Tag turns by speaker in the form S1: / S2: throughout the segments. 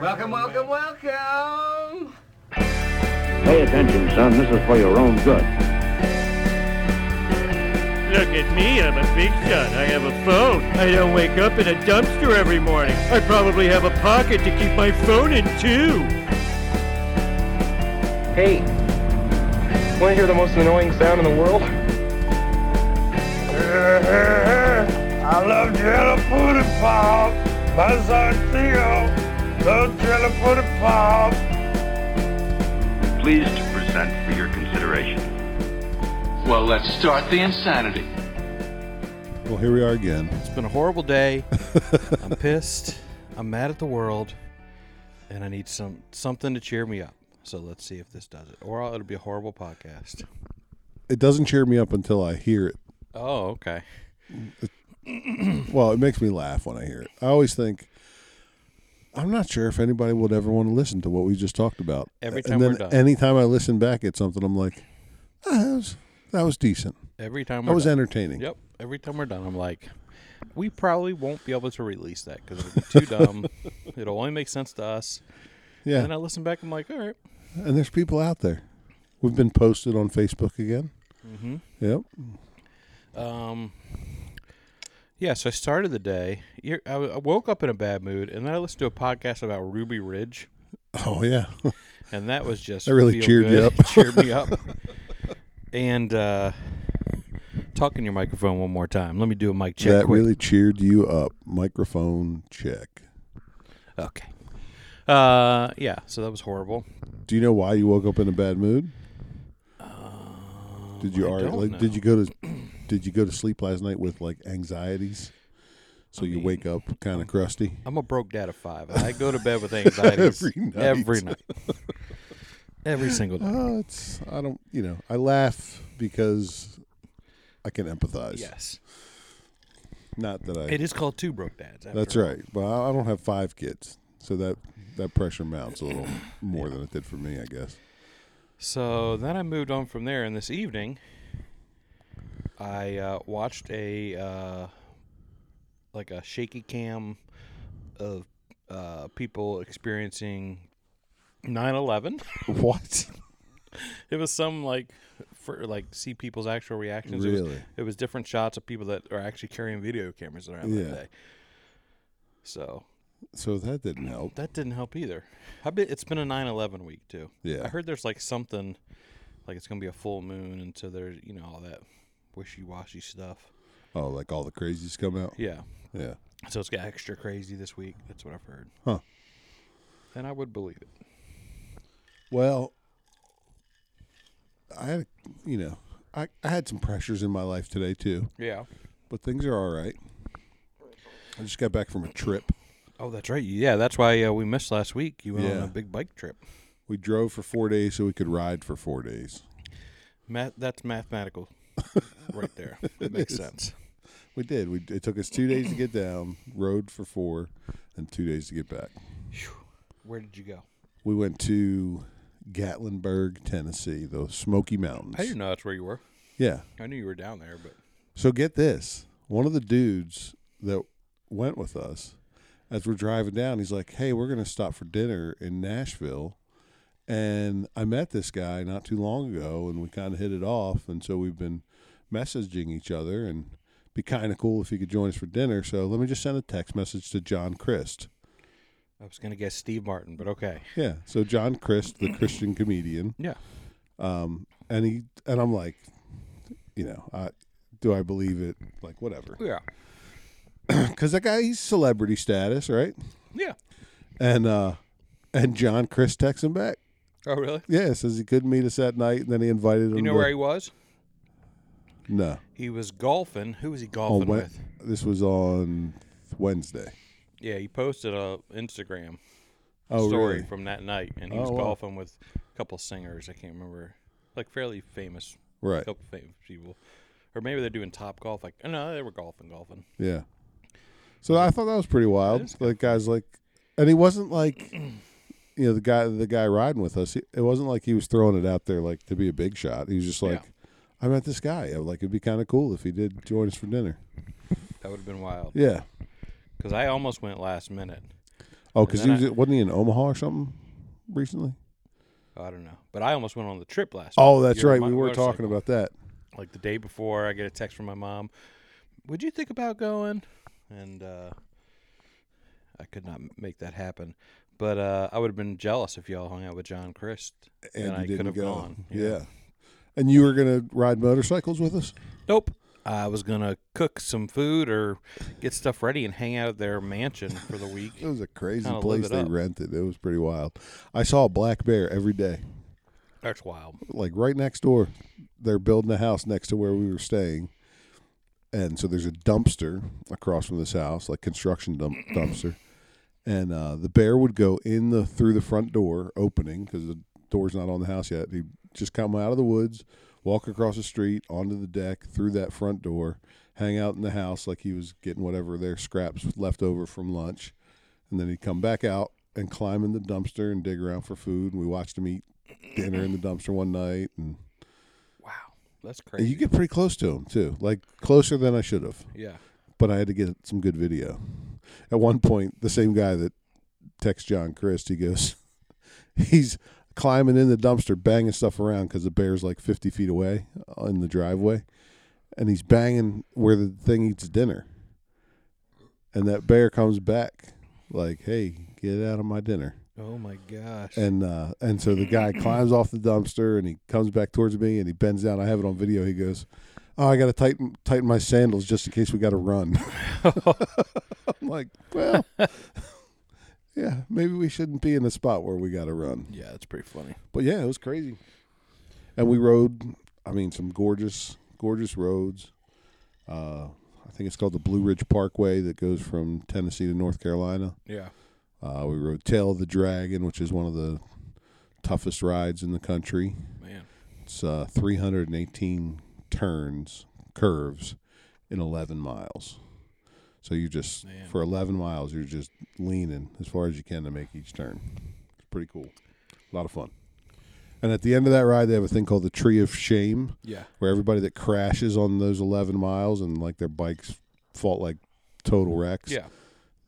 S1: Welcome, welcome, welcome.
S2: Pay attention, son. This is for your own good.
S3: Look at me, I'm a big shot. I have a phone. I don't wake up in a dumpster every morning. I probably have a pocket to keep my phone in too.
S4: Hey, want to hear the most annoying sound in the world? I love jello pudding pop. My son Theo loves jello pudding pop.
S5: pleased to present for your consideration
S6: Well, let's start the insanity.
S7: Well, here we are again.
S8: It's been a horrible day. I'm pissed. I'm mad at the world, and I need some something to cheer me up. So let's see if this does it, or I'll- it'll be a horrible podcast.
S7: It doesn't cheer me up until I hear it.
S8: Oh, okay.
S7: Well, it makes me laugh when I hear it. I always think, I'm not sure if anybody would ever want to listen to what we just talked about.
S8: Every
S7: And
S8: time we're
S7: then
S8: done.
S7: Anytime I listen back at something, I'm like, "Ah, that, was, that was decent.
S8: Every time
S7: That
S8: we're
S7: was
S8: done,
S7: entertaining.
S8: Yep. Every time we're done, I'm like, we probably won't be able to release that because it'll be too dumb. It'll only make sense to us.
S7: Yeah.
S8: And then I listen back. I'm like, all right.
S7: and there's people out there. We've been posted on Facebook again. Mm-hmm. Yep.
S8: Um, yeah, so I started the day. You're, I w- I woke up in a bad mood, and then I listened to a podcast about Ruby Ridge,
S7: Oh, yeah.
S8: and that was just
S7: That really
S8: feel
S7: cheered you
S8: good.
S7: up.
S8: cheered me up. And uh, talk in your microphone one more time. Let me do a mic check.
S7: that
S8: quick.
S7: really cheered you up. Microphone check.
S8: okay. Uh, yeah. So that was horrible.
S7: Do you know why you woke up in a bad mood? did you
S8: Uh, I
S7: already,
S8: don't
S7: like, did
S8: know.
S7: you go to did you go to sleep last night with like anxieties? So you wake up kind of crusty.
S8: I'm a broke dad of five. and I go to bed with anxieties
S7: Every night.
S8: every night, every single day.
S7: Oh, it's I don't you know I laugh because I can empathize.
S8: Yes,
S7: Not that I.
S8: it is called two broke dads. after
S7: that's
S8: all.
S7: right. But I, I don't have five kids, so that that pressure mounts a little more than it did for me, I guess.
S8: So then I moved on from there, and this evening, I uh, watched a uh, like a shaky cam of uh, people experiencing 9/11.
S7: What?
S8: it was some like for like see people's actual reactions. It was- It was,
S7: Really?
S8: different shots of people that are actually carrying video cameras around
S7: Yeah.
S8: that day. So
S7: So that didn't help.
S8: that didn't help either. I bet it's been a 9/11 week too.
S7: Yeah.
S8: I heard there's like something like it's going to be a full moon and so there's, you know, all that wishy-washy stuff.
S7: Oh, like all the crazies come out.
S8: Yeah.
S7: Yeah.
S8: So it's got extra crazy this week. That's what I've heard.
S7: Huh.
S8: And I would believe it.
S7: Well, I had, you know, I, I had some pressures in my life today too,
S8: Yeah.
S7: but things are all right. I just got back from a trip.
S8: Oh, that's right. Yeah, that's why uh, we missed last week. You went on
S7: Yeah.
S8: a big bike trip.
S7: We drove for four days so we could ride for four days.
S8: Math that's mathematical right there. It makes sense.
S7: We did. We it took us two days to get down, rode for four, and two days to get back.
S8: Where did you go?
S7: We went to Gatlinburg, Tennessee, the Smoky Mountains.
S8: I didn't know that's where you were.
S7: Yeah.
S8: I knew you were down there, but
S7: So get this. One of the dudes that went with us, as we're driving down, he's like, Hey, we're gonna stop for dinner in Nashville. And I met this guy not too long ago and we kinda hit it off and so we've been messaging each other and it'd be kinda cool if he could join us for dinner. So let me just send a text message to John Christ.
S8: I was going to guess Steve Martin, but okay.
S7: Yeah. So John Christ, the Christian comedian.
S8: Yeah.
S7: And he and I'm like, you know, I do I believe it? Like whatever.
S8: Yeah.
S7: Because that guy he's celebrity status, right?
S8: Yeah.
S7: and uh and John Chris texts him back.
S8: Oh, really?
S7: Yeah, says he couldn't meet us that night, and then he invited him.
S8: You know
S7: to,
S8: where he was?
S7: No,
S8: He was golfing. Who was he
S7: on
S8: golfing
S7: Wed-
S8: with?
S7: this was on Wednesday.
S8: Yeah, he posted a Instagram
S7: Oh,
S8: story
S7: really?
S8: from that night, and he
S7: Oh,
S8: was
S7: wow.
S8: golfing with a couple singers. I can't remember, like fairly famous,
S7: Right.
S8: couple famous people, or maybe they're doing top golf. Like, oh, no, they were golfing, golfing.
S7: Yeah. So I thought that was pretty wild. Like guys, like, and he wasn't like, you know, the guy the guy riding with us. he- It wasn't like he was throwing it out there like to be a big shot. He was just like, I met this guy. I like it'd be kind of cool if he did join us for dinner.
S8: That would have been wild.
S7: Yeah.
S8: Because I almost went last minute.
S7: Oh, because he
S8: then
S7: was, wasn't he in Omaha or something recently?
S8: I don't know. But I almost went on the trip last
S7: Oh,
S8: week.
S7: that's
S8: You're on
S7: right.
S8: my
S7: We were talking
S8: motorcycle.
S7: about that.
S8: like the day before I get a text from my mom, would you think about going? And uh, I could not m- make that happen. But uh, I would have been jealous if y'all hung out with John Christ
S7: And,
S8: I
S7: you didn't
S8: could have
S7: go.
S8: gone.
S7: Yeah. And you were gonna ride motorcycles with us?
S8: Nope. I was gonna cook some food or get stuff ready and hang out at their mansion for the week.
S7: It was a crazy
S8: Kinda live
S7: place
S8: it
S7: they
S8: up.
S7: rented. It was pretty wild. I saw a black bear every day.
S8: That's wild.
S7: Like right next door. They're building a house next to where we were staying. And so there's a dumpster across from this house, like construction dump, dumpster. And uh, the bear would go in the through the front door opening because the door's not on the house yet. He'd just come out of the woods, walk across the street, onto the deck, through that front door, hang out in the house like he was getting whatever their scraps left over from lunch. and then he'd come back out and climb in the dumpster and dig around for food. And we watched him eat dinner in the dumpster one night, and,
S8: Wow. That's
S7: and
S8: crazy.
S7: you get pretty close to him too, like closer than I should have.
S8: yeah.
S7: But I had to get some good video. At one point, the same guy that texts John Christ, he goes, he's climbing in the dumpster, banging stuff around because the bear's like fifty feet away in the driveway, and he's banging where the thing eats dinner. And that bear comes back, like, "Hey, get out of my dinner."
S8: Oh my gosh.
S7: and uh, and so the guy climbs off the dumpster and he comes back towards me and he bends down. I have it on video. He goes, "Oh, I got to tighten tighten my sandals just in case we got to run." I'm like, well, yeah, maybe we shouldn't be in a spot where we got to run.
S8: yeah, that's pretty funny.
S7: But yeah, it was crazy. And we rode. I mean, some gorgeous, gorgeous roads. Uh, I think it's called the Blue Ridge Parkway that goes from Tennessee to North Carolina.
S8: Yeah.
S7: Uh, we rode Tail of the Dragon, which is one of the toughest rides in the country.
S8: Man.
S7: It's uh, 318 turns, curves in 11 miles. So you just,
S8: Man.
S7: for 11 miles, you're just leaning as far as you can to make each turn. It's pretty cool. A lot of fun. And at the end of that ride, they have a thing called the Tree of Shame
S8: Yeah.
S7: where everybody that crashes on those 11 miles and like their bikes fault like total wrecks
S8: Yeah.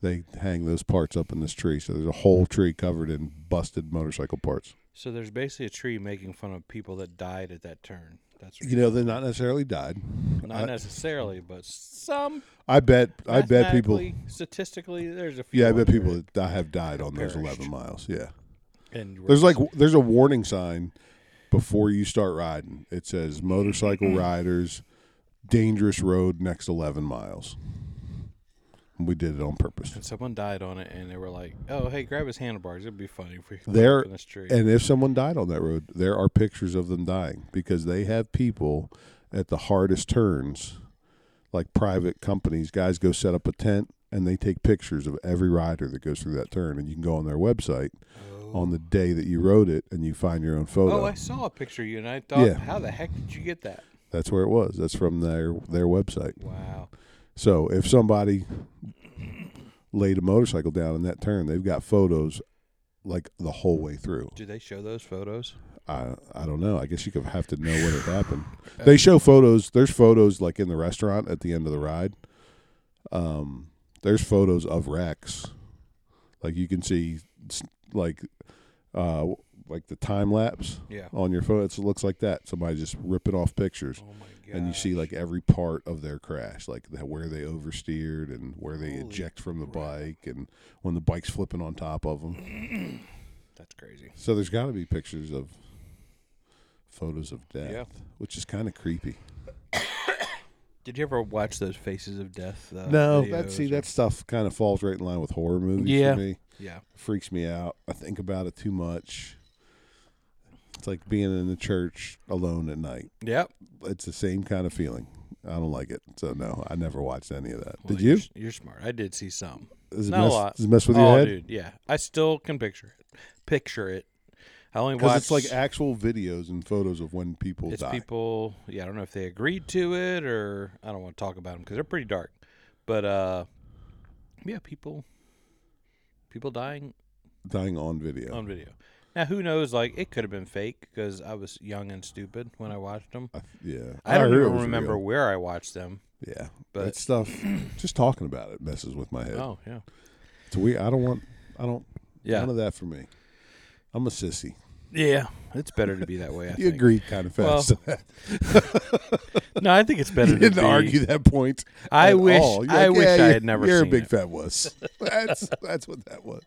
S7: they hang those parts up in this tree. So there's a whole tree covered in busted motorcycle parts.
S8: So there's basically a tree making fun of people that died at that turn. That's
S7: You know, they not necessarily died.
S8: not necessarily, but some
S7: I bet. I bet people.
S8: Mathematically, statistically, there's a few.
S7: Yeah, I bet
S8: under
S7: people
S8: it.
S7: that die- have died on those
S8: Perished.
S7: 11 miles. Yeah,
S8: And we're
S7: there's
S8: just-
S7: like there's a warning sign before you start riding. It says motorcycle
S8: Mm.
S7: riders, dangerous road next 11 miles. And we did it on purpose.
S8: and someone died on it, and they were like, "Oh, hey, grab his handlebars. It'd be funny if we climbed
S7: There-
S8: up in this tree."
S7: And if someone died on that road, there are pictures of them dying because they have people at the hardest turns, like private companies. Guys go set up a tent and they take pictures of every rider that goes through that turn. And you can go on their website on the day that you rode it and you find your own photo.
S8: oh, I saw a picture of you, and I thought,
S7: Yeah.
S8: "How the heck did you get that?"
S7: That's where it was. That's from their their website.
S8: Wow.
S7: So if somebody laid a motorcycle down in that turn, they've got photos like the whole way through.
S8: Do they show those photos?
S7: I I don't know. I guess you could have to know when it happened. They show photos. There's photos like in the restaurant at the end of the ride. Um, there's photos of wrecks. Like you can see, s- like, uh, like the time lapse
S8: Yeah.
S7: on your phone. It's, it looks like that. Somebody just ripping off pictures,
S8: Oh my god.
S7: and you see like every part of their crash, like the, where they oversteered and where they
S8: Holy
S7: eject from the
S8: crap.
S7: bike, and when the bike's flipping on top of them.
S8: That's crazy.
S7: So there's got to be pictures of photos of death,
S8: Yeah.
S7: which is kind of creepy.
S8: Did you ever watch those Faces of Death? Uh,
S7: no,
S8: videos
S7: that see
S8: or-
S7: that stuff kind of falls right in line with horror movies
S8: Yeah.
S7: for me.
S8: Yeah.
S7: Freaks me out. I think about it too much. It's like being in the church alone at night.
S8: Yep.
S7: It's the same kind of feeling. I don't like it. So no, I never watched any of that.
S8: Well,
S7: Did you?
S8: You're, you're smart. I did see some.
S7: Does it
S8: Not
S7: mess,
S8: a lot.
S7: Does it mess with your
S8: oh,
S7: head?
S8: dude. Yeah. I still can picture it. Picture it. I only
S7: Because
S8: watched.
S7: it's like actual videos and photos of when people
S8: it's
S7: die.
S8: people yeah i don't know if they agreed to it or i don't want to talk about them because they're pretty dark but uh yeah people people dying
S7: dying on video.
S8: on video now who knows like it could have been fake because i was young and stupid when i watched them
S7: I, yeah,
S8: i don't
S7: heard it
S8: even
S7: was
S8: remember
S7: real.
S8: where i watched them
S7: Yeah, but
S8: But-
S7: that stuff, just talking about it messes with my head.
S8: oh yeah
S7: It's weird. I don't want. I don't.
S8: Yeah.
S7: None of that for me. I'm a sissy.
S8: Yeah, it's better to be that way. I
S7: You
S8: think.
S7: agreed kind of
S8: Well,
S7: fast.
S8: No, I think it's better.
S7: you
S8: to
S7: didn't
S8: be-
S7: argue that point.
S8: I
S7: at
S8: wish-
S7: all. You're
S8: I wish I
S7: you're-
S8: had never
S7: You're
S8: seen
S7: a big
S8: it.
S7: fat wuss. That's that's what that was.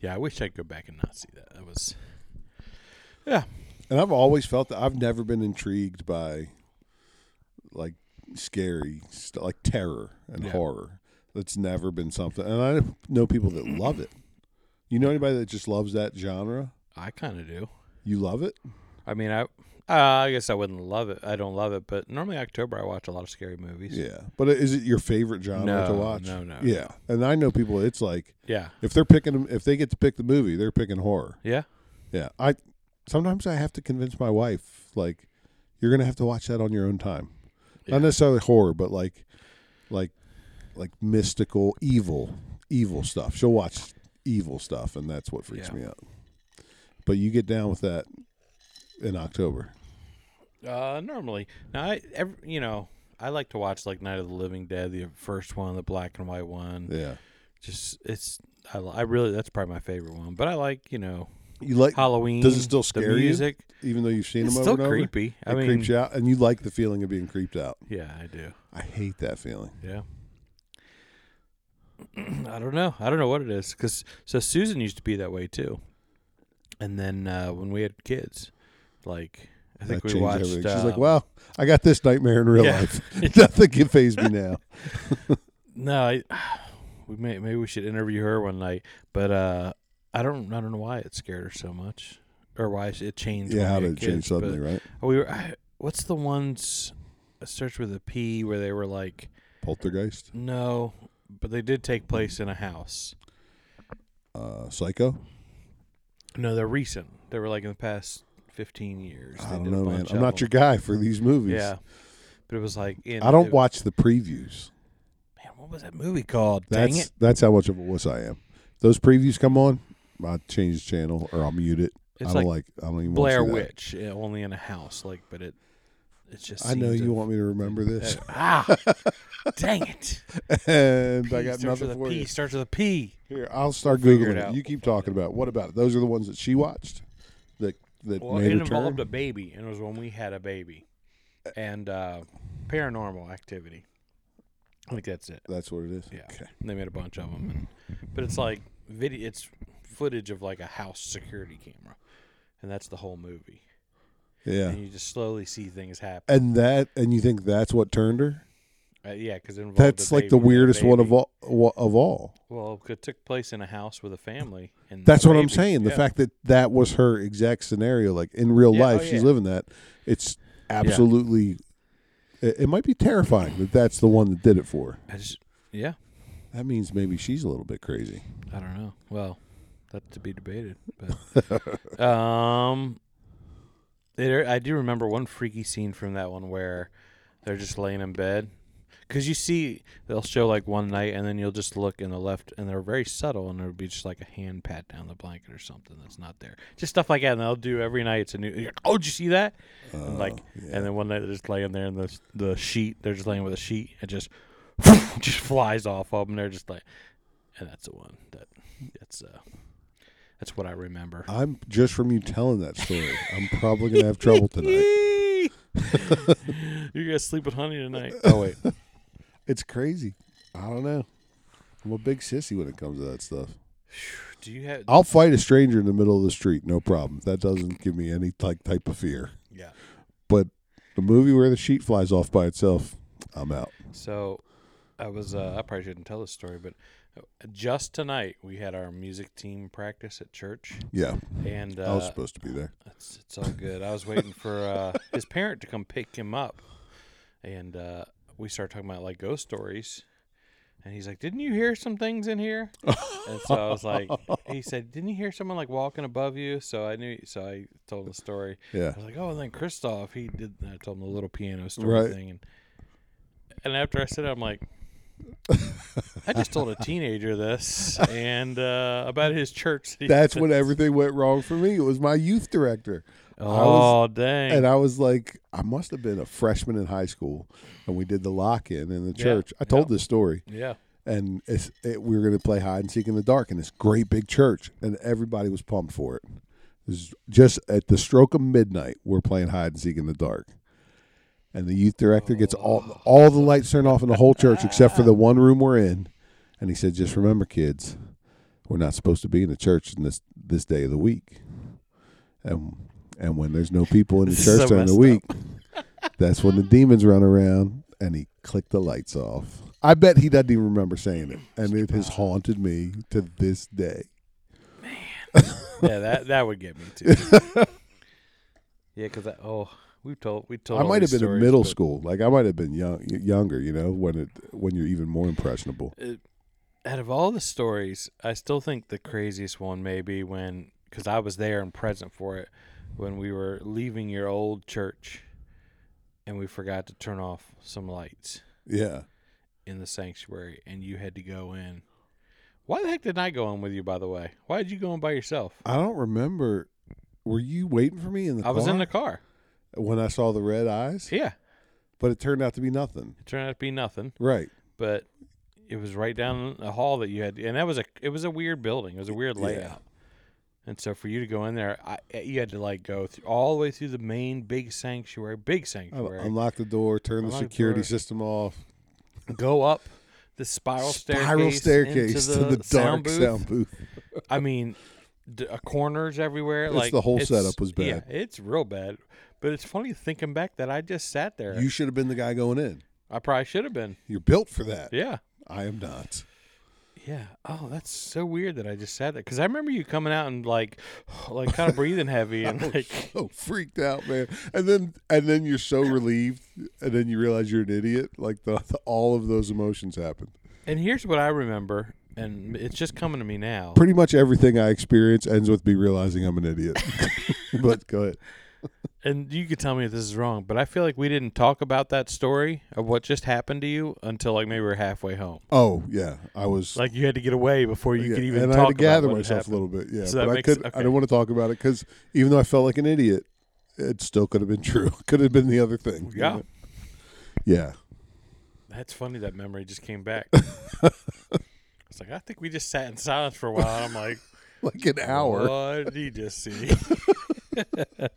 S8: Yeah, I wish I'd go back and not see that. That was. Yeah,
S7: And I've always felt that I've never been intrigued by like scary stuff, like terror and
S8: Yeah.
S7: horror. That's never been something. And I know people that love it. You know anybody that just loves that genre?
S8: I kind of do.
S7: You love it?
S8: I mean, I. Uh, I guess I wouldn't love it. I don't love it, but normally October I watch a lot of scary movies.
S7: Yeah. But is it your favorite genre to
S8: No,
S7: watch?
S8: no, no,
S7: Yeah. And I know people it's like
S8: Yeah.
S7: if they're picking if they get to pick the movie, they're picking horror.
S8: Yeah.
S7: Yeah. I sometimes I have to convince my wife like you're going to have to watch that on your own time.
S8: Yeah.
S7: Not necessarily horror, but like like like mystical evil evil stuff. She'll watch evil stuff and that's what freaks
S8: Yeah.
S7: me out. But you get down with that in October.
S8: Uh, normally, now I, every, you know, I like to watch like Night of the Living Dead, the first one, the black and white one.
S7: Yeah.
S8: Just it's, I, li- I really that's probably my favorite one. But I like you know
S7: You like
S8: Halloween.
S7: Does it still
S8: the
S7: scare you?
S8: music?
S7: even though you've seen
S8: It's
S7: them
S8: still
S7: over and over,
S8: creepy. I
S7: it
S8: mean-
S7: creeps you out, and you like the feeling of being creeped out.
S8: Yeah, I do.
S7: I hate that feeling.
S8: Yeah. I don't know. I don't know what it is. Cause so Susan used to be that way too, and then uh, when we had kids, like I think
S7: that
S8: we
S7: changed
S8: watched.
S7: everything. She's like,
S8: um,
S7: "Wow, I got this nightmare in real
S8: Yeah.
S7: life. Nothing can phase me now."
S8: No, I, we may maybe we should interview her one night, but uh, I don't I don't know why it scared her so much or why she- it changed.
S7: yeah,
S8: when
S7: how
S8: we
S7: did
S8: had
S7: it change
S8: kids, but
S7: suddenly? Right,
S8: We were. I, what's the ones? I searched with a P where they were like
S7: poltergeist,
S8: no, but they did take place in a house.
S7: uh, psycho.
S8: No, they're recent. They were like in the past fifteen years.
S7: I
S8: They
S7: don't
S8: did a
S7: know, man.
S8: bunch
S7: I'm
S8: of
S7: not your
S8: them.
S7: guy for these movies.
S8: Yeah, but it was like in,
S7: I don't
S8: it-
S7: watch the previews.
S8: Man, what was that movie called?
S7: That's
S8: Dang it!
S7: that's how much of a wuss I am. Those previews come on, I change the channel or I'll mute it.
S8: It's
S7: I don't
S8: like
S7: like, I don't even wanna
S8: Blair
S7: see that.
S8: Witch, yeah, only in a house. Like, but it. It's just.
S7: I know
S8: seems
S7: you
S8: to-
S7: want me to remember this,
S8: Ah, dang it!
S7: and I
S8: P
S7: got
S8: starts
S7: nothing
S8: with a
S7: for
S8: P,
S7: you.
S8: Starts with a P.
S7: Here, I'll start
S8: Figure
S7: googling
S8: it
S7: it.
S8: out.
S7: You keep talking about it. what about it? Those are the ones that she watched. That that
S8: Well,
S7: made
S8: it
S7: her turn.
S8: involved a baby, and it was when we had a baby, and uh, paranormal activity. I think that's it.
S7: That's what it is.
S8: Yeah,
S7: Okay.
S8: And they made a bunch of them, and, but it's like video. It's footage of like a house security camera, and that's the whole movie.
S7: Yeah.
S8: And you just slowly see things happen.
S7: And that, and you think that's what turned her?
S8: Uh, yeah, because it involved a
S7: That's like the
S8: baby and a
S7: weirdest one of
S8: baby.
S7: all. wa- Of all.
S8: Well, it took place in a house with a family, and
S7: That's
S8: a
S7: what I'm
S8: baby.
S7: saying. The
S8: Yeah.
S7: fact that that was her exact scenario, like in real
S8: Yeah,
S7: life,
S8: oh,
S7: she's
S8: yeah.
S7: living that. It's absolutely. It, it might be terrifying that that's the one that did it for. her.
S8: I just, yeah,
S7: That means maybe she's a little bit crazy.
S8: I don't know. Well, that's to be debated. But um, there I do remember one freaky scene from that one where they're just laying in bed because you see they'll show like one night and then you'll just look in the left and they're very subtle and it'll be just like a hand pat down the blanket or something that's not there. Just stuff like that. And they'll do every night. It's a new. You're, oh, did you see that? and like, and then one night they're just laying there and the the sheet. They're just laying with a sheet. It just just flies off of them. They're just like, and that's the one that that's uh that's what I remember.
S7: I'm just from you telling that story. I'm probably gonna have trouble tonight.
S8: You're gonna sleep with honey tonight. Oh wait,
S7: It's crazy. I don't know. I'm a big sissy when it comes to that stuff.
S8: do you have?
S7: I'll fight a stranger in the middle of the street, no problem. That doesn't give me any like type of fear.
S8: Yeah.
S7: But the movie where the sheet flies off by itself, I'm out.
S8: So I was. Uh, I probably shouldn't tell this story, but just tonight we had our music team practice at church,
S7: Yeah,
S8: and uh,
S7: I was supposed to be there.
S8: It's, it's all good. I was waiting for uh, his parent to come pick him up, and uh, we started talking about like ghost stories. And he's like, "Didn't you hear some things in here?" and so I was like, "He said, didn't you hear someone like walking above you?" So I knew. So I told him the story.
S7: Yeah.
S8: I was like, "Oh, and then Christoph, he did." I told him the little piano story
S7: Right.
S8: thing, and and after I said it, I'm like, "I just told a teenager this, and uh, about his church." Oh, that he
S7: That's
S8: attends."
S7: when everything went wrong for me. It was my youth director.
S8: Oh
S7: was-
S8: dang!
S7: And I was like, I must have been a freshman in high school, and we did the lock in in the church. I told
S8: yeah.
S7: this story.
S8: yeah.
S7: and it's, it, we were going to play hide and seek in the dark in this great big church, and everybody was pumped for it. It was just at the stroke of midnight, we're playing hide and seek in the dark, and the youth director gets
S8: Oh.
S7: all all the lights turned off in the whole church except for the one room we're in, and he said, "Just remember, kids, we're not supposed to be in the church in this this day of the week, and and when there's no people in the
S8: This is
S7: church
S8: so
S7: during the week."
S8: messed
S7: That's when the demons run around and he clicked the lights off. I bet he doesn't even remember saying it. And it has haunted me to this day.
S8: yeah, that that would get me too. yeah, because oh, we told we told.
S7: I
S8: all
S7: might have
S8: these
S7: been in
S8: stories,
S7: middle
S8: but
S7: school. Like I might have been young, younger, you know, when it when you're even more impressionable.
S8: Out of all the stories, I still think the craziest one may be when because I was there and present for it when we were leaving your old church, and we forgot to turn off some lights
S7: Yeah.
S8: in the sanctuary, and you had to go in. Why the heck didn't I go in with you? By the way, why did you go in by yourself?
S7: I don't remember were you waiting for me in the
S8: I was
S7: car
S8: in the car.
S7: when I saw the red eyes?
S8: Yeah,
S7: But it turned out to be nothing.
S8: it turned out to be nothing.
S7: Right.
S8: but it was right down the hall that you had, and that was a it was a weird building. It was a weird
S7: Yeah.
S8: layout, and so for you to go in there, I, eh, you had to like go through all the way through the main big sanctuary, big
S7: I don't-
S8: sanctuary,
S7: unlock the door, turn
S8: Uh, Unlock
S7: the
S8: the
S7: security
S8: door.
S7: system off.
S8: go up the spiral staircase,
S7: Spiral staircase
S8: into
S7: to the dark
S8: sound booth.
S7: sound booth.
S8: I mean, d- uh, corners everywhere.
S7: It's-
S8: like
S7: the whole
S8: it's-
S7: setup was
S8: Yeah,
S7: bad.
S8: it's real bad. But it's funny thinking back that I just sat there.
S7: You should have been the guy going in.
S8: I probably should have been.
S7: You're built for that.
S8: Yeah.
S7: I am not.
S8: Yeah. Oh, that's so weird that I just said that because I remember you coming out and like, like kind of breathing heavy and like,
S7: Oh, freaked out, man. And then and then you're so relieved, and then you realize you're an idiot. Like the, the- all of those emotions happened.
S8: and here's what I remember, and it's just coming to me now.
S7: Pretty much everything I experience ends with me realizing I'm an idiot. but go ahead.
S8: And you could tell me if this is wrong, but I feel like we didn't talk about that story of what just happened to you until like maybe we were halfway home.
S7: Oh yeah, I was.
S8: Like you had to get away before you
S7: yeah,
S8: could even
S7: and
S8: talk
S7: I had to
S8: about
S7: gather
S8: what had
S7: myself a
S8: happened.
S7: little bit. Yeah,
S8: So that
S7: but I
S8: makes-
S7: could. I
S8: okay.
S7: don't want to talk about it because even though I felt like an idiot, it still could have been true. Could have been the other thing. you
S8: Yeah.
S7: know? Yeah.
S8: That's funny. That memory just came back. It's like I think we just sat in silence for a while. and I'm like,
S7: Like an hour.
S8: What did you just see? uh,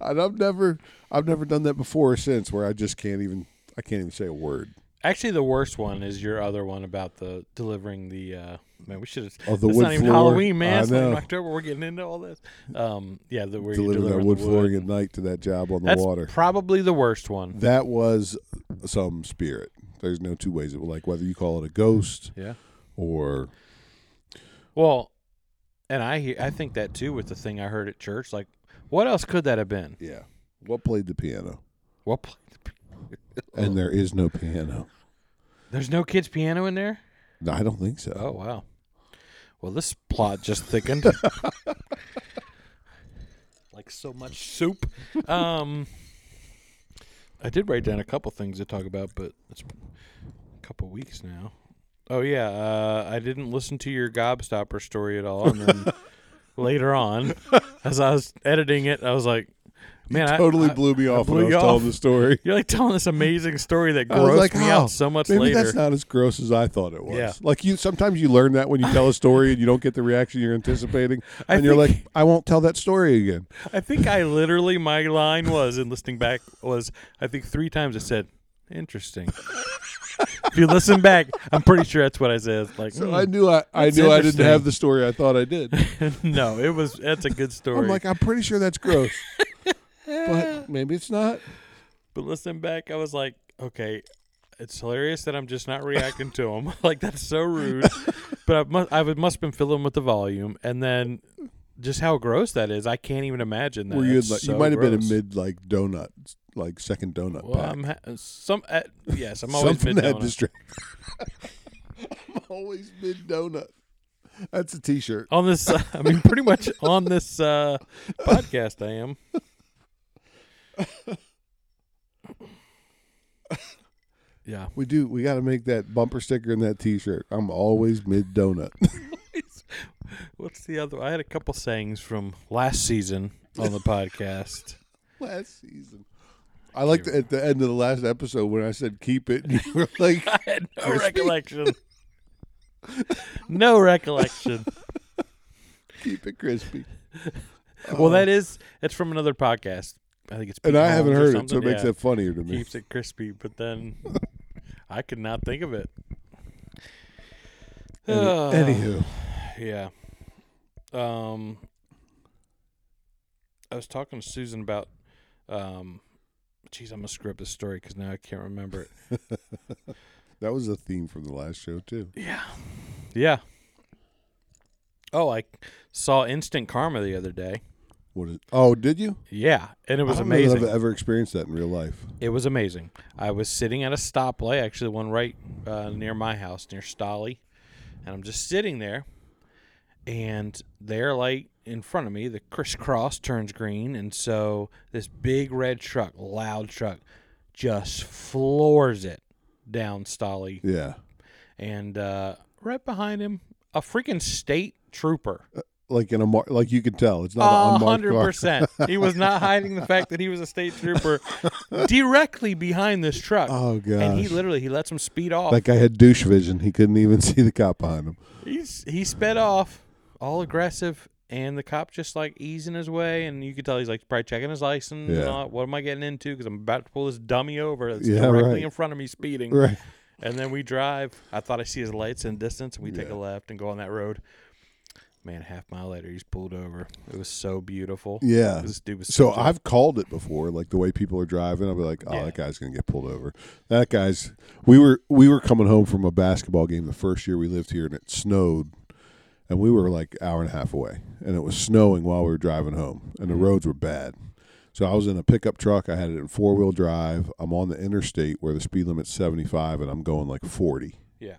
S7: and I've never I've never done that before or since where I just can't even I can't even say a word.
S8: Actually, the worst one is your other one about the delivering the. Uh, man, we should have.
S7: Oh, the
S8: it's
S7: wood
S8: not even
S7: floor.
S8: Halloween, man.
S7: I
S8: It's not even
S7: know.
S8: October. We're getting into all this. Um, yeah, the, where
S7: Deliver
S8: you
S7: that
S8: deliver
S7: wood
S8: the
S7: flooring at night to that job on the
S8: That's
S7: water.
S8: probably the worst one.
S7: That was some spirit. There's no two ways. It was like whether you call it a ghost
S8: Yeah.
S7: or
S8: Well, and I hear, I think that too with the thing I heard at church. Like, what else could that have been?
S7: yeah. What played the piano?
S8: What? pla- Oh.
S7: And there is no piano.
S8: There's no kids' piano in there.
S7: No, I don't think so.
S8: Oh wow. Well, this plot just thickened. like so much soup. Um I did write down a couple things to talk about, but it's a couple weeks now. Oh yeah, uh, I didn't listen to your gobstopper story at all, and then later on, as I was editing it, I was like, "Man, I
S7: totally
S8: I-
S7: blew me off
S8: blew
S7: when I
S8: you
S7: was
S8: off.
S7: telling the story.
S8: You're like telling this amazing story that
S7: I was
S8: grossed
S7: like,
S8: me
S7: "Oh,
S8: out so much
S7: maybe
S8: later.
S7: that's not as gross as I thought it was.
S8: Yeah.
S7: Like you, sometimes you learn that when you tell a story and you don't get the reaction you're anticipating,
S8: I
S7: and you're
S8: think-
S7: like, "I won't tell that story again."
S8: I think I literally my line was in listening back was I think three times I said interesting. if you listen back, I'm pretty sure that's what I said. It's Like
S7: So
S8: "Hmm,
S7: I knew I, I
S8: That's
S7: knew I didn't
S8: interesting.
S7: have the story I thought I did.
S8: no, it was that's a good story.
S7: I'm like, I'm pretty sure that's gross, but maybe it's not.
S8: but listening back, I was like, okay, it's hilarious that I'm just not reacting to him. like that's so rude. but I must I would- must have been filling with the volume, and then just how gross that is. I can't even imagine that.
S7: Were you in,
S8: That's
S7: like,
S8: so
S7: you might have been
S8: gross.
S7: in mid like donut, like second donut
S8: Well,
S7: pack.
S8: I'm ha- some at, yes, I'm always
S7: Something
S8: mid
S7: that
S8: donut.
S7: distracted. I'm always mid donut. That's a T-shirt.
S8: on this uh, i mean pretty much on this uh podcast i am yeah
S7: We do. We got to make that bumper sticker and that T-shirt. I'm always mid donut.
S8: what's the other i had a couple sayings from last season on the podcast
S7: Last season. I liked at the end of the last episode when I said keep it. And you were like,
S8: I had no recollection. no recollection.
S7: keep it crispy.
S8: well, that is that's from another podcast. I think it's
S7: Uh, And
S8: Pete
S7: I haven't
S8: Holmes
S7: heard it, so
S8: or
S7: it
S8: something.
S7: makes
S8: Yeah.
S7: it funnier to me.
S8: keeps it crispy. But then I could not think of it.
S7: Any-
S8: Ah,
S7: Anywho,
S8: yeah. Um, I was talking to Susan about. Um, geez, I'm gonna screw up this story because now I can't remember it.
S7: that was a theme from the last show too.
S8: Yeah. Yeah. Oh, I saw Instant Karma the other day.
S7: What is? Oh, did you?
S8: Yeah, and it was
S7: I don't know that
S8: amazing.
S7: I've ever experienced that in real life.
S8: It was amazing. I was sitting at a stoplight, actually the one right uh, near my house, near Stolly, and I'm just sitting there, and their light in front of me, the crisscross turns green, and so this big red truck, loud truck, just floors it down Stolly
S7: Yeah,
S8: and uh, right behind him, a freaking state trooper.
S7: like in a mar- like you could tell it's not
S8: A
S7: an unmarked
S8: hundred
S7: car.
S8: percent. He was not hiding the fact that he was a state trooper directly behind this truck.
S7: Oh,
S8: And he
S7: gosh.
S8: literally he lets him speed off.
S7: That guy had douche vision. He couldn't even see the cop behind him.
S8: He's he sped off, all aggressive, and the cop just like easing his way, and you could tell he's like probably checking his license. and
S7: Yeah.
S8: all, what am I getting into? Because I'm about to pull this dummy over that's
S7: Yeah,
S8: directly
S7: right.
S8: in front of me speeding.
S7: Right.
S8: And then we drive. I thought I see his lights in distance, and we take a left and go on that road. Man, a half mile later, he's pulled over. It was so beautiful.
S7: Yeah.
S8: this dude was
S7: So
S8: such a-
S7: I've called it before, like the way people are driving. I'll be like, "Oh,
S8: Yeah.
S7: that guy's gonna get pulled over." That guy's. We were we were coming home from a basketball game the first year we lived here, and it snowed, and we were like hour and a half away, and it was snowing while we were driving home, and the
S8: Mm-hmm.
S7: roads were bad. So I was in a pickup truck. I had it in four wheel drive. I'm on the interstate where the speed limit's 75, and I'm going like 40
S8: yeah,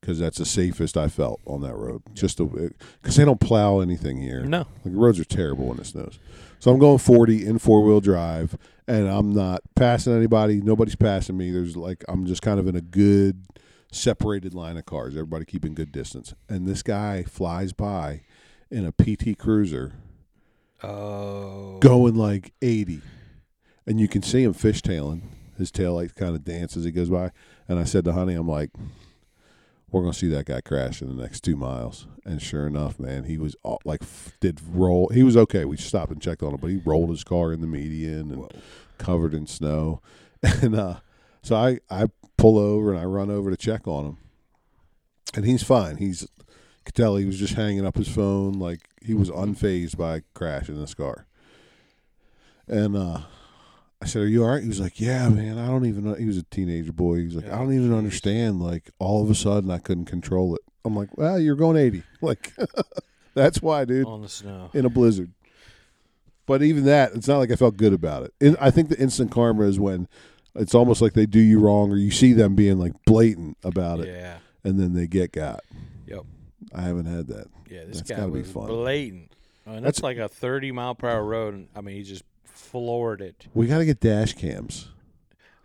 S7: because that's the safest I felt on that road. Just because they don't plow anything here.
S8: No.
S7: like roads are terrible when it snows. So I'm going 40 in four wheel drive, and I'm not passing anybody. Nobody's passing me. There's like I'm just kind of in a good separated line of cars. Everybody keeping good distance, and this guy flies by in a PT Cruiser
S8: oh,
S7: going like 80 and you can see him fishtailing his tail like kind of dance as he goes by and i said to honey i'm like we're gonna see that guy crash in the next two miles and sure enough man he was all, like f- did roll he was okay we stopped and checked on him but he rolled his car in the median and covered in snow and uh so i i pull over and i run over to check on him and he's fine he's could tell he was just hanging up his phone like he was unfazed by crashing this car and uh, I said, "Are you all right?" He was like, "Yeah, man. I don't even know." He was a teenage boy. He was like, "I don't even understand." Like all of a sudden, I couldn't control it. I'm like, "Well, you're going 80. Like that's why, dude,
S8: on the snow.
S7: in a blizzard." But even that, it's not like I felt good about it. And I think the instant karma is when it's almost like they do you wrong, or you see them being like blatant about it,
S8: Yeah,
S7: and then they get got.
S8: yep,
S7: I haven't had that.
S8: yeah. This
S7: That's
S8: guy
S7: gotta be
S8: was
S7: fun.
S8: blatant. I mean, that's,
S7: That's-
S8: like a thirty mile per hour road. And, I mean, he just floored it.
S7: We got to get dash cams.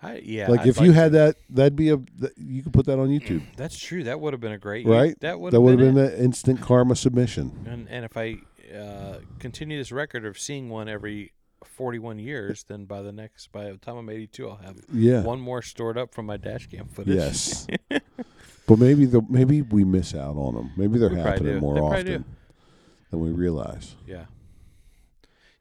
S8: I, yeah,
S7: like
S8: I'd
S7: if you
S8: to-
S7: had that, that'd be a. That, you could put that on YouTube.
S8: that's true. That would have been a great
S7: right?
S8: That would
S7: that
S8: have
S7: would have
S8: been, it.
S7: been an instant karma submission.
S8: And and if I uh, continue this record of seeing one every 41 years, then by the next by the time I'm 82, I'll have
S7: Yeah.
S8: one more stored up from my dash cam footage.
S7: Yes. but maybe the maybe we miss out on them. Maybe they're
S8: We probably
S7: happening
S8: do.
S7: more
S8: They probably
S7: often than we realize.
S8: Yeah.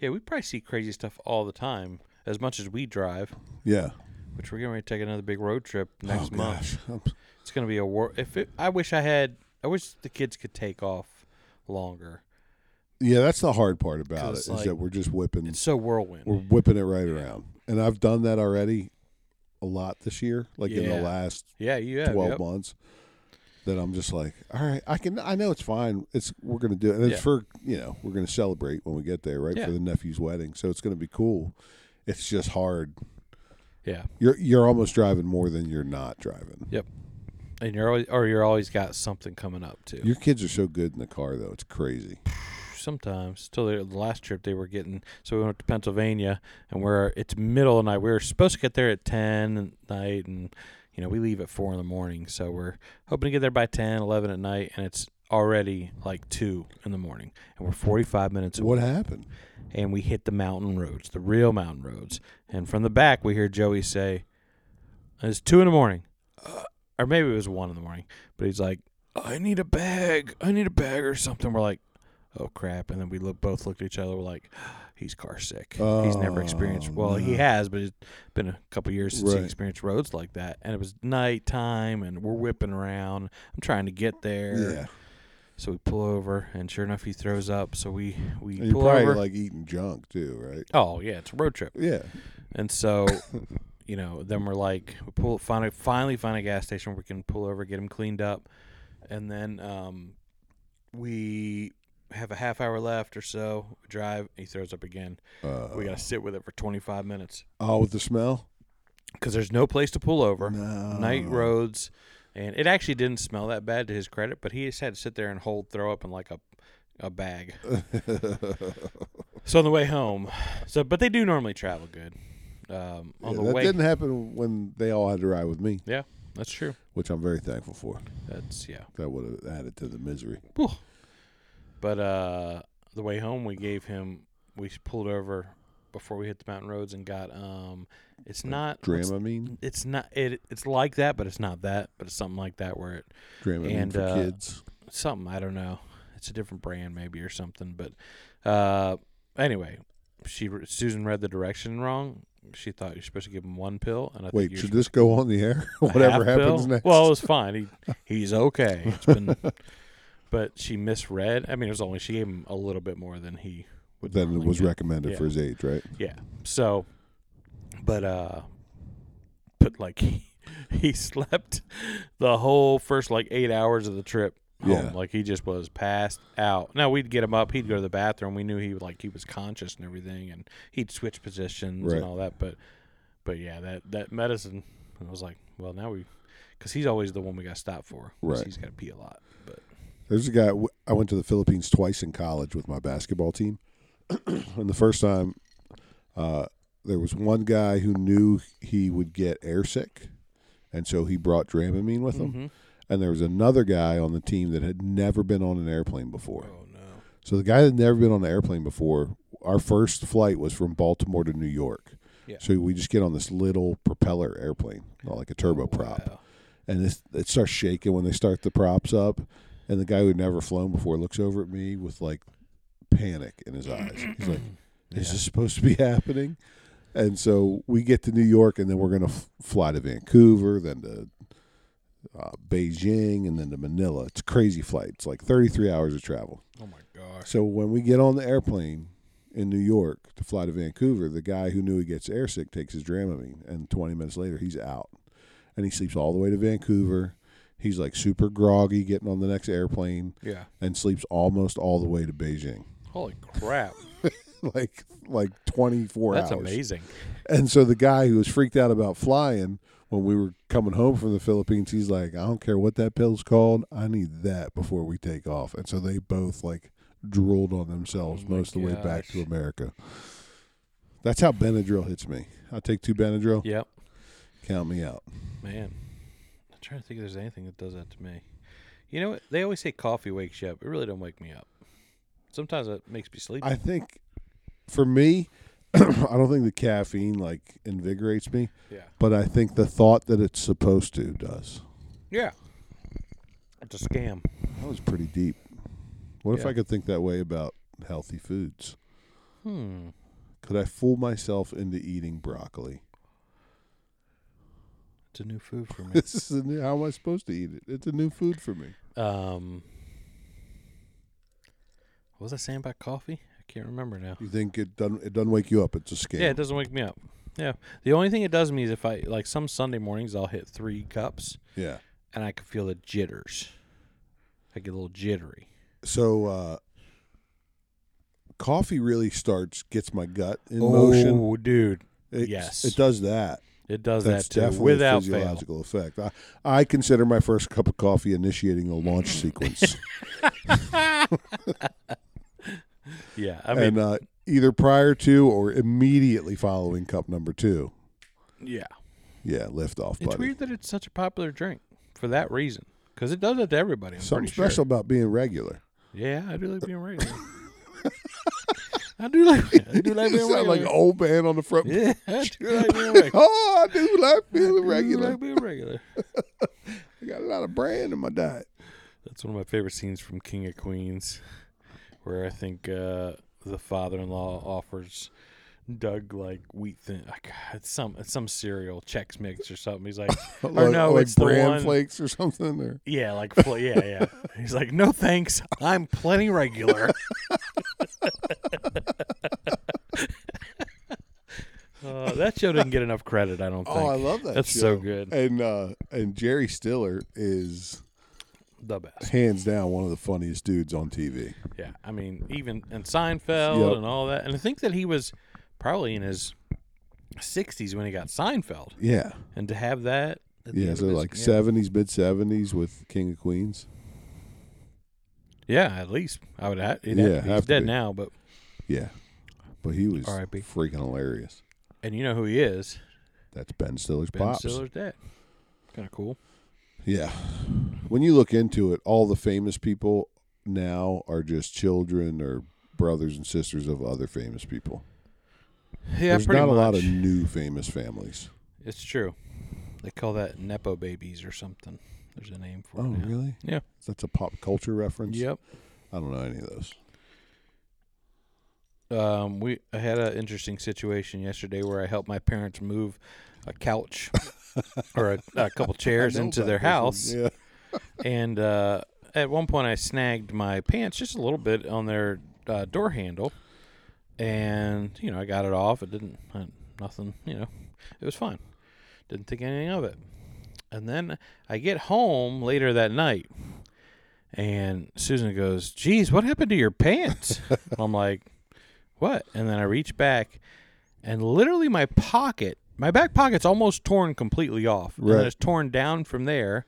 S8: Yeah, we probably see crazy stuff all the time. As much as we drive,
S7: Yeah.
S8: which we're going to take another big road trip next
S7: oh
S8: month.
S7: gosh. I'm-
S8: It's going to be a war. If it, I wish I had, I wish the kids could take off longer.
S7: Yeah, that's the hard part
S8: 'Cause
S7: about it
S8: it's
S7: is
S8: like-
S7: that we're just whipping.
S8: It's so whirlwind.
S7: We're whipping it right around, and I've done that already a lot this year. Like in the
S8: Yeah.
S7: last
S8: yeah, you have.
S7: 12
S8: yep.
S7: months that I'm just like, all right, I can, I know it's fine. It's, we're going to do it. And it's
S8: Yeah.
S7: for, you know, we're going to celebrate when we get there, right?
S8: Yeah.
S7: For the nephew's wedding. So it's going to be cool. It's just hard.
S8: Yeah.
S7: You're, you're almost driving more than you're not driving.
S8: Yep. And you're always, or you're always got something coming up too.
S7: Your kids are so good in the car though. It's crazy.
S8: Sometimes, till the the last trip, they were getting. So we went to Pennsylvania, and we're it's middle of the night. We were supposed to get there at ten at night, and you know we leave at four in the morning. So we're hoping to get there by 10, 11 at night, and it's already like two in the morning, and we're forty five minutes.
S7: What happened?
S8: and we hit the mountain roads, the real mountain roads. And from the back, we hear Joey say, "It's two in the morning, uh, or maybe it was one in the morning." But he's like, "I need a bag. I need a bag or something." We're like, "Oh crap!" And then we look, both looked at each other. We're like, "Ah, "He's car sick. he's never
S7: Oh,
S8: experienced. Well, he has, but it's been a couple years since
S7: Right.
S8: he experienced roads like that." And it was nighttime, and we're whipping around. I'm trying to get there.
S7: Yeah.
S8: So we pull over, and sure enough, he throws up. So we we
S7: And you're
S8: pull
S7: probably
S8: over.
S7: like eating junk too, right?
S8: oh yeah, it's a road trip.
S7: Yeah.
S8: And so, you know, then we're like, we pull finally finally find a gas station where we can pull over, get him cleaned up, and then um, we have a half hour left or so. We drive. He throws up again. we gotta sit with it for 25 minutes
S7: Oh, with the smell.
S8: because there's no place to pull over. Night roads, and it actually didn't smell that bad to his credit, but he just had to sit there and hold throw up in like a a bag. so on the way home, so but they do normally travel good. Um,
S7: Yeah,
S8: on the
S7: that
S8: way,
S7: didn't happen when they all had to ride with me,
S8: yeah, that's true.
S7: which I'm very thankful for.
S8: That's yeah.
S7: That would have added to the misery.
S8: Whew. But uh, the way home, we gave him. We pulled over before we hit the mountain roads and got. Um, it's not what's-
S7: Dramamine,
S8: It's not it. It's like that, but it's not that. But it's something like that where it
S7: Dramamine
S8: and,
S7: for
S8: uh,
S7: kids.
S8: something I don't know. It's a different brand maybe or something. But uh, anyway, she re- Susan read the direction wrong. She thought you're supposed to give him one pill, and I think
S7: Wait,
S8: you're
S7: should
S8: supposed
S7: this go on the air?
S8: to- a
S7: Whatever
S8: half
S7: happens
S8: pill?
S7: next.
S8: Well, it was fine. He he's okay. It's been, but she misread. I mean, it was only she gave him a little bit more than he would.
S7: then it
S8: normally
S7: was
S8: give.
S7: recommended
S8: Yeah.
S7: for his age, right?
S8: Yeah. So, but uh, but like he, he slept the whole first like eight hours of the trip. Home.
S7: Yeah.
S8: Like he just was passed out. Now we'd get him up. He'd go to the bathroom. We knew he would like he was conscious and everything, and he'd switch positions
S7: Right.
S8: and all that. But but yeah, that that medicine. I was like, well, now we. Because he's always the one we got stopped for. 'cause
S7: Right.
S8: He's got to pee a lot. But
S7: There's a guy. I went to the Philippines twice in college with my basketball team, and the first time, uh, there was one guy who knew he would get airsick, and so he brought Dramamine with him.
S8: Mm-hmm.
S7: And there was another guy on the team that had never been on an airplane before.
S8: oh no.
S7: So the guy that had never been on an airplane before, our first flight was from Baltimore to New York.
S8: Yeah.
S7: So we just get on this little propeller airplane, not like a turboprop.
S8: Oh, Wow.
S7: And it, it starts shaking when they start the props up. And the guy who'd never flown before looks over at me with like panic in his eyes. He's like, Is this supposed to be happening? And so we get to New York and then we're going to f- fly to Vancouver, then to uh, Beijing, and then to Manila. It's a crazy flight. It's like 33 hours of travel.
S8: Oh my gosh.
S7: So when we get on the airplane in New York to fly to Vancouver, the guy who knew he gets airsick takes his Dramamine, and 20 minutes later he's out, and he sleeps all the way to Vancouver. He's like super groggy getting on the next airplane,
S8: Yeah.
S7: and sleeps almost all the way to Beijing,
S8: Holy crap.
S7: like like 24
S8: That's
S7: hours.
S8: amazing.
S7: And so the guy who was freaked out about flying when we were coming home from the Philippines, he's like, I don't care what that pill's called, I need that before we take off. And so they both like drooled on themselves most of the way back to
S8: Oh gosh.
S7: America. That's how Benadryl hits me. I take two Benadryl,
S8: Yep.
S7: count me out.
S8: Man, I'm trying to think if there's anything that does that to me. You know what? They always say coffee wakes you up. It really don't wake me up. Sometimes it makes me sleepy.
S7: I think for me, I don't think the caffeine like invigorates me,
S8: yeah.
S7: but I think the thought that it's supposed to does.
S8: Yeah. It's a scam.
S7: That was pretty deep. What if
S8: Yeah.
S7: I could think that way about healthy foods? Hmm. Could I fool myself into eating broccoli?
S8: It's a new food for me.
S7: This is a new, how am I supposed to eat it? It's a new food for me.
S8: um, what was I saying about coffee? I can't remember now.
S7: You think it doesn't? It doesn't wake you up. It's a scam.
S8: Yeah, it doesn't wake me up. Yeah. The only thing it does me is if I, like, some Sunday mornings I'll hit three cups
S7: Yeah.
S8: and I can feel the jitters. I get a little jittery.
S7: So uh, coffee really starts gets my gut in motion.
S8: Oh, dude.
S7: It,
S8: yes.
S7: it does that.
S8: It does
S7: That's
S8: that too,
S7: definitely a
S8: without fail.
S7: physiological effect. I, I consider my first cup of coffee initiating a launch sequence.
S8: Yeah, I mean,
S7: and uh, either prior to or immediately following cup number two.
S8: yeah.
S7: Yeah, lift off, buddy.
S8: It's weird that it's such a popular drink for that reason, because it does it to everybody. I'm
S7: Something
S8: pretty sure.
S7: special about being regular.
S8: Yeah, I do like being right. I do like I do like
S7: you
S8: being
S7: sound like an
S8: regular.
S7: old man on the front.
S8: Yeah, I do like being regular.
S7: oh, I do like
S8: I
S7: feeling
S8: do
S7: regular.
S8: like being regular.
S7: I got a lot of brand in my diet.
S8: That's one of my favorite scenes from King of Queens, where I think uh, the father-in-law offers Doug like wheat thin, like, it's some it's some cereal, Chex Mix or something. He's like, or
S7: like,
S8: no,
S7: like
S8: it's the
S7: brand
S8: one-
S7: flakes or something. Or
S8: yeah, like fl- yeah, yeah. He's like, no thanks, I'm plenty regular. Uh, that show didn't get enough credit, I don't think.
S7: oh, I love that.
S8: That's
S7: show.
S8: so good.
S7: And uh, and Jerry Stiller is
S8: the best.
S7: hands down one of the funniest dudes on TV.
S8: Yeah, I mean, even and Seinfeld
S7: Yep.
S8: and all that, and I think that he was probably in his sixties when he got Seinfeld,
S7: Yeah,
S8: and to have that, at the
S7: yeah.
S8: end
S7: So
S8: of his-
S7: like
S8: yeah.
S7: seventies, mid seventies with King of Queens.
S8: yeah, at least I would. ha- He'd
S7: Yeah,
S8: yeah,
S7: have
S8: he's
S7: to
S8: dead
S7: be.
S8: now, but
S7: Yeah, but he was
S8: R.I.P..
S7: freaking hilarious.
S8: and you know who he is,
S7: That's Ben Stiller's
S8: Ben
S7: pops.
S8: Stiller's dad. Kind of cool.
S7: Yeah. When you look into it, all the famous people now are just children or brothers and sisters of other famous people.
S8: Yeah,
S7: There's
S8: pretty
S7: not
S8: much.
S7: a lot of new famous families.
S8: It's true. They call that nepo babies or something. There's a name for
S7: Oh,
S8: it. now.
S7: really?
S8: Yeah.
S7: That's a pop culture reference.
S8: Yep.
S7: I don't know any of those.
S8: Um, we I had an interesting situation yesterday where I helped my parents move a couch or a, a couple chairs
S7: I know
S8: into
S7: about
S8: their
S7: this one.
S8: house,
S7: Yeah.
S8: and uh, at one point I snagged my pants just a little bit on their uh, door handle, and you know I got it off. It didn't uh, nothing. You know, it was fine. Didn't think anything of it. And then I get home later that night, and Susan goes, "Geez, what happened to your pants?" I'm like, "What?" And then I reach back, and literally my pocket, my back pocket's almost torn completely off, and
S7: Right.
S8: then it's torn down from there,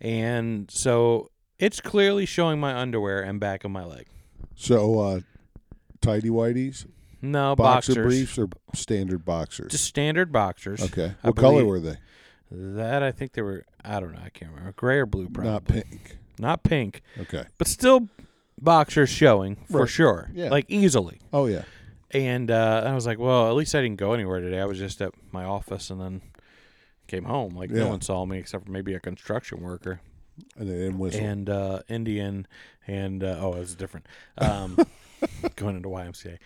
S8: and so it's clearly showing my underwear and back of my leg.
S7: So, uh, tidy whities,
S8: No
S7: boxer
S8: boxers,
S7: briefs, or standard boxers?
S8: just standard boxers.
S7: okay.
S8: I
S7: what color
S8: believe-
S7: were they?
S8: that? I think they were. I don't know. I can't remember. Gray or blue, probably.
S7: Not pink.
S8: Not pink.
S7: Okay.
S8: but still boxers showing for
S7: Right.
S8: sure
S7: Yeah.
S8: like easily
S7: Oh, yeah.
S8: and uh, i was like well at least i didn't go anywhere today i was just at my office and then came home like
S7: Yeah.
S8: no one saw me except for maybe a construction worker
S7: And they didn't whistle.
S8: and uh, indian and uh, oh it was different um, going into ymca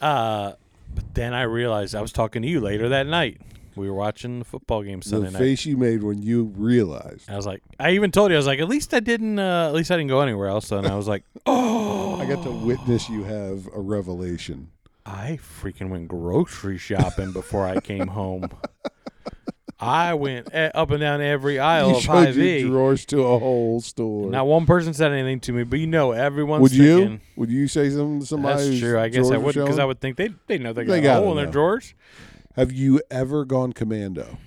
S8: uh, but then i realized i was talking to you later that night we were watching the football game sunday
S7: the
S8: night
S7: face you made when you realized.
S8: i was like i even told you i was like at least i didn't uh, at least i didn't go anywhere else and i was like
S7: I got to
S8: Oh.
S7: witness you have a revelation.
S8: I freaking went grocery shopping before I came home. I went e- up and down every aisle
S7: you
S8: of
S7: showed
S8: Hy-Vee.
S7: your drawers to a whole store.
S8: Not one person said anything to me, but you know, everyone's
S7: would you?
S8: thinking,
S7: Would you say something to somebody?
S8: That's
S7: whose
S8: true. I guess
S7: drawers
S8: I
S7: were
S8: wouldn't because
S7: shown?
S8: I would think they they know they got
S7: They
S8: a
S7: gotta
S8: hole in their
S7: know.
S8: drawers.
S7: Have you ever gone commando?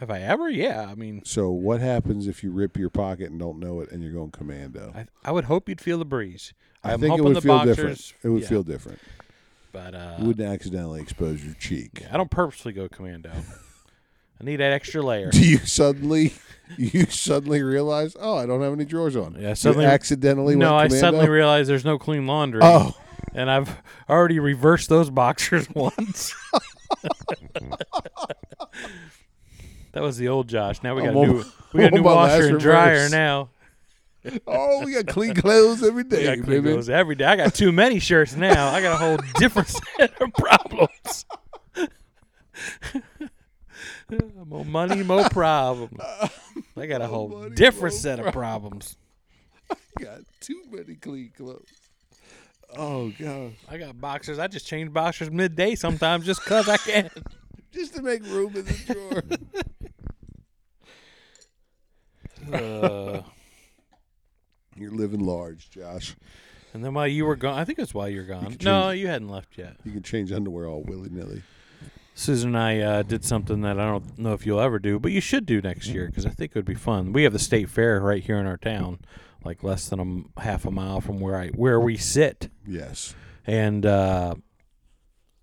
S8: Have I ever? Yeah. I mean,
S7: So what happens if you rip your pocket and don't know it, and you're going commando?
S8: I, I would hope you'd feel the breeze.
S7: I
S8: I'm
S7: think it
S8: hoping
S7: would
S8: the
S7: feel
S8: boxers,
S7: different. It would
S8: yeah,
S7: feel different.
S8: But uh,
S7: You wouldn't accidentally expose your cheek.
S8: I don't purposely go commando. I need that extra layer.
S7: Do you suddenly, you suddenly realize, oh, I don't have any drawers on?
S8: Yeah, suddenly-
S7: you accidentally.
S8: No, I
S7: went commando?
S8: suddenly realized there's no clean laundry.
S7: Oh,
S8: and I've already reversed those boxers once. that was the old Josh. Now we got
S7: I'm
S8: a new
S7: on-
S8: we got a
S7: I'm
S8: new
S7: on my last
S8: washer and dryer
S7: reverse.
S8: now.
S7: oh, we got clean clothes every
S8: We
S7: day,
S8: got clean
S7: baby.
S8: clothes every day. I got too many shirts now. I got a whole different set of problems. more money, more problems. I got a whole different set of problems.
S7: Got too many clean clothes. Oh gosh.
S8: I got boxers. I just change boxers midday sometimes just 'cause I can.
S7: just to make room in the drawer.
S8: Uh,
S7: You're living large, Josh.
S8: And then while you were gone, I think it's while you're gone.
S7: could
S8: no, you hadn't left yet.
S7: You can change underwear all willy nilly.
S8: Susan and I uh, did something that I don't know if you'll ever do, but you should do next year because I think it would be fun. We have the state fair right here in our town, like less than a m- half a mile from where I where we sit,
S7: Yes.
S8: and uh,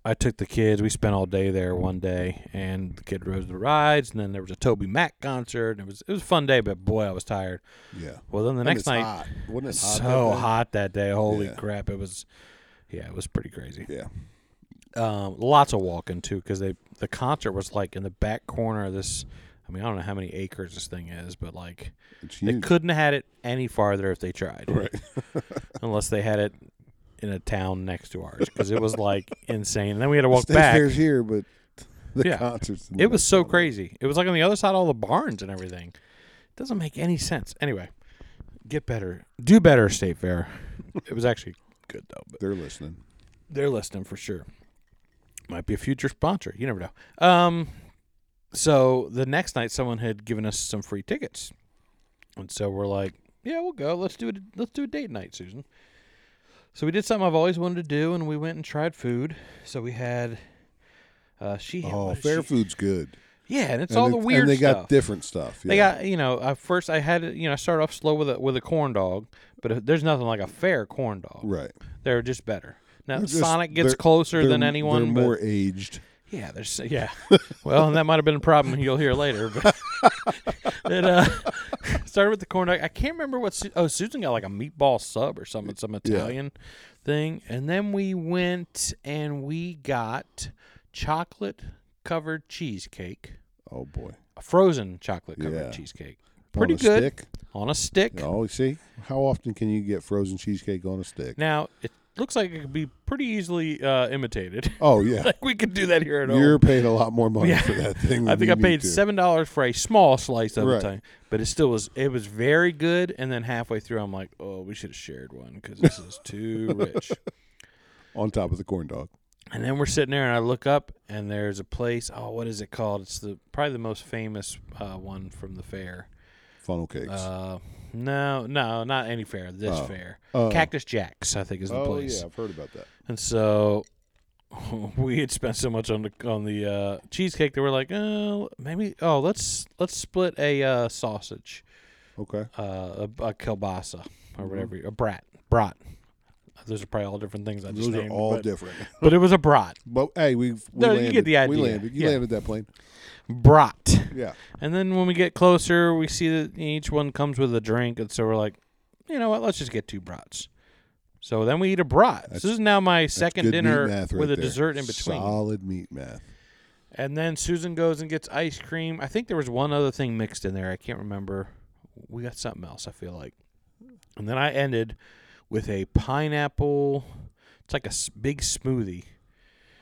S8: I took the kids. We spent all day there one day, and the kid rode the rides, and then there was a Toby Mac concert. And it was it was a fun day, but boy, I was tired.
S7: Yeah.
S8: Well, then the
S7: And
S8: next
S7: it's
S8: night,
S7: hot. wasn't it hot?
S8: so
S7: that day?
S8: hot that day. Holy
S7: Yeah.
S8: crap! It was. Yeah, it was pretty crazy.
S7: Yeah.
S8: Um, lots of walking too, because they the concert was like in the back corner of this. I mean, I don't know how many acres this thing is, but like
S7: It's
S8: they
S7: huge.
S8: couldn't have had it any farther if they tried,
S7: Right.
S8: unless they had it in a town next to ours, because it was like insane. And then we had to walk
S7: State
S8: back.
S7: fair's here, but the
S8: Yeah.
S7: concerts. in the
S8: It was
S7: next
S8: so
S7: town.
S8: crazy. It was like on the other side of all the barns and everything. It doesn't make any sense. Anyway, get better. Do better, State Fair. it was actually good though. But
S7: They're listening.
S8: they're listening for sure. Might be a future sponsor. You never know. Um so the next night someone had given us some free tickets. And so we're like, yeah, we'll go. Let's do it let's do a date night, Susan. So we did something I've always wanted to do and we went and tried food. So we had uh she had
S7: Oh,
S8: what did
S7: fair
S8: she-
S7: food's good.
S8: Yeah, and it's
S7: and
S8: all
S7: it-
S8: the weird
S7: And they
S8: stuff.
S7: got different stuff.
S8: They
S7: yeah.
S8: got you know. I first I had you know I started off slow with a with a corn dog, but if, there's nothing like a fair corn dog.
S7: right.
S8: They're just better. Now
S7: They're just-
S8: Sonic gets
S7: they're-
S8: closer
S7: they're-
S8: than anyone.
S7: They're
S8: but
S7: more aged.
S8: yeah, there's yeah. well, and that might have been a problem you'll hear later. But it uh, started with the corn dog. I can't remember what. Su- oh, Susan got like a meatball sub or something, some Italian thing, and then we went and we got chocolate covered cheesecake,
S7: Oh boy.
S8: a frozen chocolate covered
S7: Yeah.
S8: cheesecake. Pretty
S7: on a
S8: good
S7: Stick.
S8: on a stick.
S7: Oh, see, how often can you get frozen cheesecake on a stick?
S8: Now it looks like it could be pretty easily uh, imitated.
S7: Oh yeah,
S8: like we could do that here at
S7: you're
S8: home.
S7: paying a lot more money
S8: Yeah.
S7: for that thing.
S8: I
S7: than
S8: think
S7: you
S8: I
S7: need
S8: paid
S7: to.
S8: seven dollars for a small slice of
S7: Right.
S8: the time, but it still was it was very good. And then halfway through, I'm like, oh, we should have shared one because this is too rich.
S7: on top of the corn dog.
S8: And then we're sitting there, and I look up, and there's a place. Oh, what is it called? It's the probably the most famous uh, one from the fair.
S7: Funnel cakes.
S8: Uh, no, no, not any fair. This fair,
S7: Oh.
S8: Cactus Jacks, I think, is the
S7: oh
S8: place.
S7: yeah, I've heard about that.
S8: And so we had spent so much on the on the uh, cheesecake that we're like, oh, maybe oh let's let's split a uh, sausage,
S7: Okay.
S8: uh, a, a kielbasa
S7: Mm-hmm.
S8: or whatever, a brat, brat. Those are probably all different things I just
S7: Those
S8: named,
S7: are all
S8: but,
S7: different.
S8: But it was a brat,
S7: But hey, we've we
S8: No, you
S7: landed.
S8: get the
S7: We
S8: idea.
S7: landed. You
S8: Yeah.
S7: landed that plane.
S8: brat.
S7: Yeah.
S8: And then when we get closer, we see that each one comes with a drink, and so we're like, you know what? Let's just get two brats. So then we eat a brat. So this is now my second
S7: Good
S8: dinner
S7: meat math right
S8: with a
S7: there.
S8: dessert in between.
S7: Solid meat math.
S8: And then Susan goes and gets ice cream. I think there was one other thing mixed in there. I can't remember. We got something else, I feel like. And then I ended with a pineapple. It's like a s- big smoothie.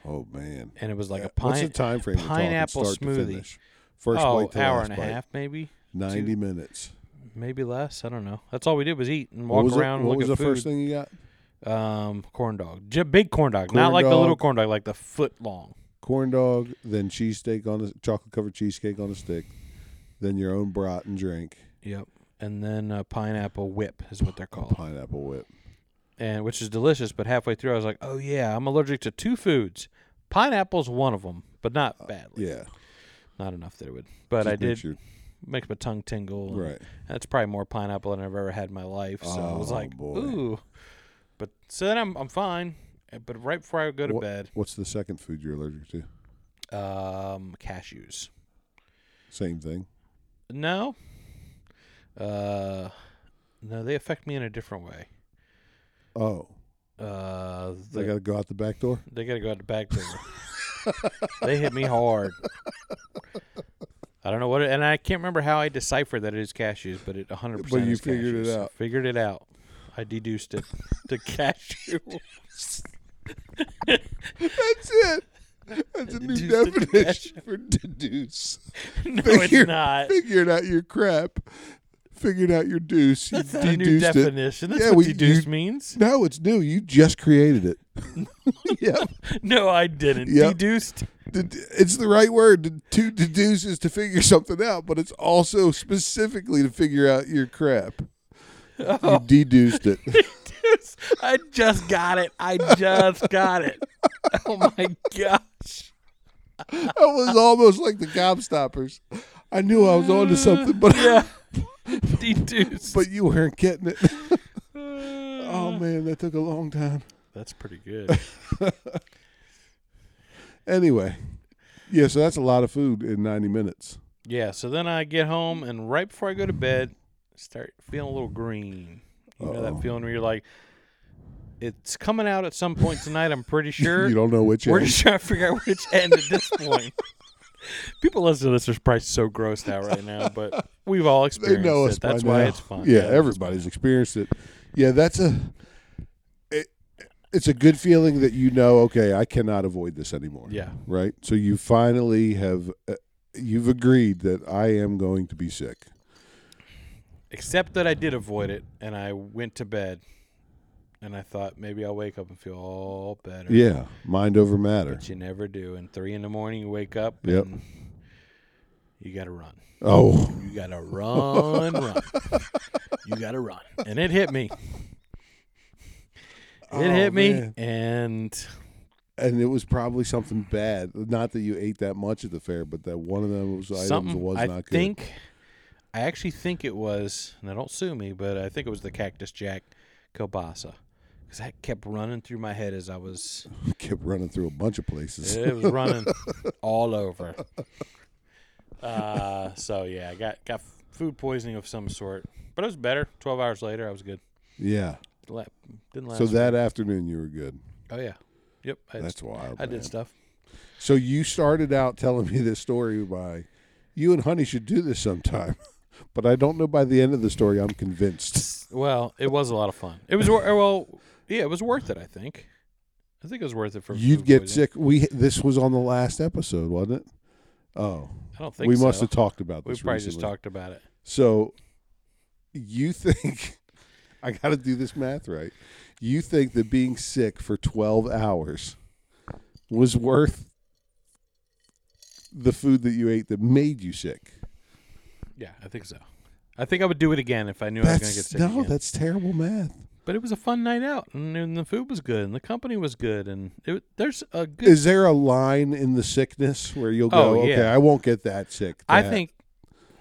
S7: Oh man.
S8: And it was like a
S7: What's the
S8: pine,
S7: time frame? we're talking,
S8: pineapple
S7: start
S8: smoothie.
S7: To finish? First
S8: oh,
S7: bite to
S8: hour
S7: last
S8: and a
S7: bite.
S8: half, maybe.
S7: Ninety minutes.
S8: Maybe less. I don't know. That's all we did was eat and
S7: what
S8: walk
S7: was, it-
S8: around and
S7: what
S8: look
S7: was
S8: at
S7: the first
S8: food.
S7: thing you got?
S8: Um, corn dog. J- big corn dog. Not
S7: Corn
S8: like the little
S7: dog.
S8: corn dog, like the foot long.
S7: corn dog, then cheesesteak on a chocolate covered cheesecake on a stick, then your own brat and drink,
S8: Yep. And then a pineapple whip is what they're called.
S7: pineapple whip.
S8: and which is delicious. But halfway through, I was like, "Oh yeah, I'm allergic to two foods. Pineapple's one of them, but not badly.
S7: Uh, Yeah,
S8: not enough that it would. But I
S7: Just
S8: did
S7: makes you-
S8: makes my tongue tingle. and
S7: Right.
S8: that's probably more pineapple than I've ever had in my life. So I was
S7: Oh,
S8: like,
S7: boy.
S8: "Ooh," but so then I'm I'm fine. Uh, But right before I would go to
S7: What-
S8: bed,
S7: What's the second food you're allergic to?
S8: um, cashews.
S7: Same thing.
S8: No. Uh, no, they affect me in a different way.
S7: Oh,
S8: Uh, the,
S7: they got to go out the back door.
S8: They gotta go out the back door. they hit me hard. I don't know what, it, and I can't remember how I deciphered that it is cashews, but it 100. percent
S7: But you
S8: is
S7: figured it
S8: cashews.
S7: out.
S8: Figured it out. I deduced it. the cashew.
S7: That's it. That's a new
S8: Deduce the
S7: definition for deduce.
S8: no,
S7: Figure-
S8: it's not.
S7: Figured out your crap. Figured out your deuce. You
S8: That's not a new
S7: deduced it.
S8: definition. That's
S7: Yeah,
S8: what
S7: we-
S8: deduced
S7: you-
S8: means.
S7: No, it's new. You just created it. yep.
S8: No, I didn't.
S7: Yep.
S8: Deduced.
S7: Ded- It's the right word. To- To deduce is to figure something out, but it's also specifically to figure out your crap. You deduced it.
S8: Deduced. I just got it. I just got it. Oh my gosh.
S7: That was almost like the Gobstoppers. I knew I was onto something, but
S8: Yeah. Deduced.
S7: but you weren't getting it. oh man, that took a long time.
S8: That's pretty good.
S7: Anyway, yeah. So that's a lot of food in ninety minutes.
S8: Yeah, so then I get home and right before I go to bed, start feeling a little green. You know that feeling where you're like, It's coming out at some point tonight. I'm pretty sure.
S7: You don't know which
S8: We're
S7: end.
S8: just trying to figure out which end at this point. People listening to this are probably so grossed out right now, but we've all
S7: they
S8: experienced
S7: know us.
S8: it. That's
S7: by
S8: why
S7: now.
S8: it's fun.
S7: Yeah, everybody's experienced it. Yeah, that's a. It, it's a good feeling that you know. Okay, I cannot avoid this anymore.
S8: Yeah.
S7: Right. So you finally have. Uh, you've agreed that I am going to be sick.
S8: Except that I did avoid it, and I went to bed, and I thought maybe I'll wake up and feel all better.
S7: Yeah. Mind over matter.
S8: But you never do. And three in the morning, you wake up.
S7: Yep.
S8: And you gotta run.
S7: Oh.
S8: You gotta run, run. You gotta run. And it hit me. It hit me,
S7: Oh, man.
S8: and
S7: And it was probably something bad. Not that you ate that much at the fair, but that one of those items
S8: something
S7: was
S8: I
S7: not good.
S8: think I actually think it was. Now don't sue me, but I think it was the Cactus Jack kielbasa because that kept running through my head as I was.
S7: kept running through a bunch of places.
S8: It was running all over. Uh, so yeah, I got got food poisoning of some sort, but it was better. Twelve hours later, I was good.
S7: yeah.
S8: La- Didn't last.
S7: So that afternoon you were good.
S8: oh yeah, yep. I
S7: That's wild.
S8: I
S7: man.
S8: did stuff.
S7: So you started out telling me this story by you and Honey should do this sometime. But I don't know by the end of the story I'm convinced.
S8: Well, it was a lot of fun. It was wor- well, yeah, it was worth it. I think. I think it was worth it for
S7: You'd
S8: food
S7: get
S8: poisoning.
S7: sick. We this was on the last episode, wasn't it? Oh.
S8: I don't think
S7: We
S8: so.
S7: must have talked about
S8: We
S7: this
S8: probably
S7: recently.
S8: just talked about it.
S7: So you think I got to do this math right. You think that being sick for 12 hours was worth the food that you ate that made you sick?
S8: Yeah, I think so. I think I would do it again if I knew I was going to get
S7: That's
S8: sick.
S7: no,
S8: again.
S7: that's terrible math.
S8: but it was a fun night out, and, and the food was good, and the company was good, and it, there's a good.
S7: Is there a line in the sickness where you'll go,
S8: Oh, yeah.
S7: okay, I won't get that sick?
S8: I
S7: that-
S8: think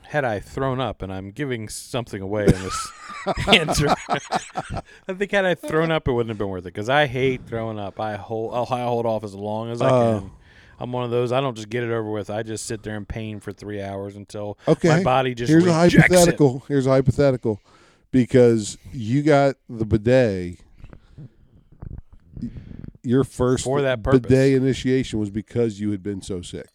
S8: had I thrown up, and I'm giving something away in this answer. I think had I thrown up, it wouldn't have been worth it because I hate throwing up. I hold, I'll, I hold off as long as I
S7: Oh.
S8: can. I'm one of those. I don't just get it over with. I just sit there in pain for three hours until
S7: Okay.
S8: my body just
S7: here's a
S8: rejects it.
S7: hypothetical. Here's a hypothetical, because you got the bidet. Your first
S8: For that purpose.
S7: bidet initiation was because you had been so sick.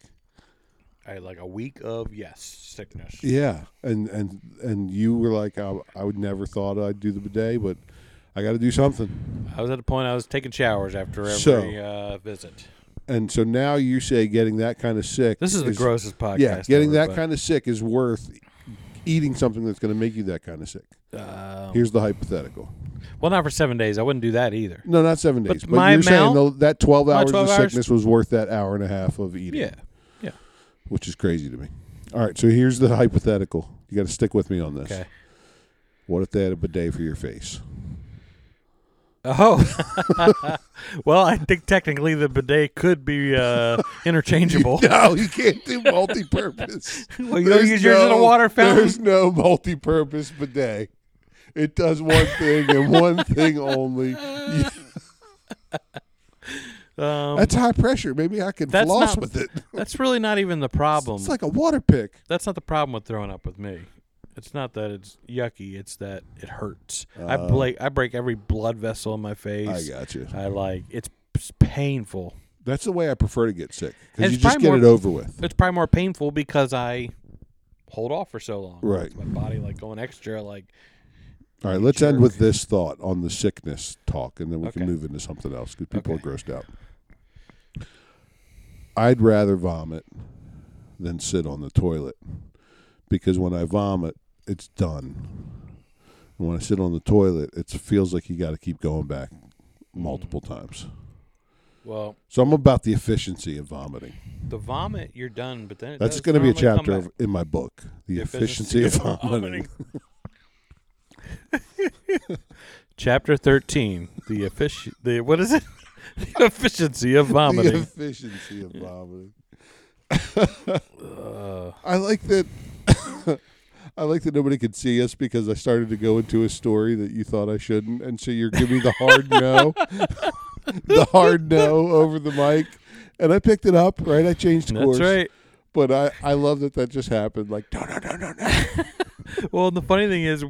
S8: I had like a week of yes sickness.
S7: Yeah, and and and you were like, I, I would never thought I'd do the bidet, but I got to do something.
S8: I was at a point I was taking showers after every
S7: So-
S8: uh, visit.
S7: And so now you say getting that kind of sick.
S8: This is the grossest podcast.
S7: Yeah, getting
S8: ever,
S7: that kind of sick is worth eating something that's going to make you that kind of sick.
S8: but, uh,
S7: Here's the hypothetical.
S8: well, not for seven days. I wouldn't do that either.
S7: No, not seven
S8: But
S7: days. But,
S8: my
S7: you're saying
S8: amount-
S7: tho- that 12
S8: my
S7: hours
S8: 12
S7: of
S8: hours-
S7: sickness was worth that hour and a half of eating.
S8: Yeah, yeah.
S7: Which is crazy to me. All right, so here's the hypothetical. You got to stick with me on this.
S8: Okay.
S7: What if they had a bidet for your face?
S8: Oh, well, I think technically the bidet could be uh, interchangeable.
S7: No, you can't do multi-purpose.
S8: Well, you don't
S7: There's
S8: use yours in a water fountain.
S7: There's no multi-purpose bidet. It does one thing and one thing only. You-
S8: Um,
S7: That's high pressure. Maybe I can
S8: that's
S7: floss
S8: not-
S7: with it.
S8: that's really not even the problem.
S7: It's like a water pick.
S8: that's not the problem with throwing up with me. It's not that it's yucky. It's that it hurts. I break I break every blood vessel in my face.
S7: Uh. I got you.
S8: I like it's p- painful.
S7: That's the way I prefer to get sick
S8: And
S7: because you
S8: it's
S7: just
S8: probably
S7: get
S8: more-
S7: it over with.
S8: It's probably more painful because I hold off for so long.
S7: Right.
S8: It's my body like going extra like
S7: All right, let's end
S8: jerk.
S7: with this thought on the sickness talk, and then we
S8: Okay.
S7: can move into something else because people
S8: Okay.
S7: are grossed out. I'd rather vomit than sit on the toilet because when I vomit, it's done. And when I sit on the toilet, it feels like you got to keep going back multiple
S8: Mm.
S7: times.
S8: well
S7: So I'm about the efficiency of vomiting.
S8: the vomit you're done but then it
S7: That's
S8: does
S7: going to be a
S8: normally come
S7: chapter
S8: back.
S7: of, in my book, the,
S8: The
S7: efficiency, of vomiting.
S8: Chapter thirteen: The effic- the what is it? the efficiency of
S7: The
S8: vomiting.
S7: efficiency of vomiting.
S8: Uh,
S7: I like that. I like that nobody could see us because I started to go into a story that you thought I shouldn't, and so you're giving me the hard no, the hard no over the mic, and I picked it up. Right, I changed course.
S8: That's right.
S7: But I, I love that that just happened. Like no, no, no, no, no.
S8: Well, the funny thing is,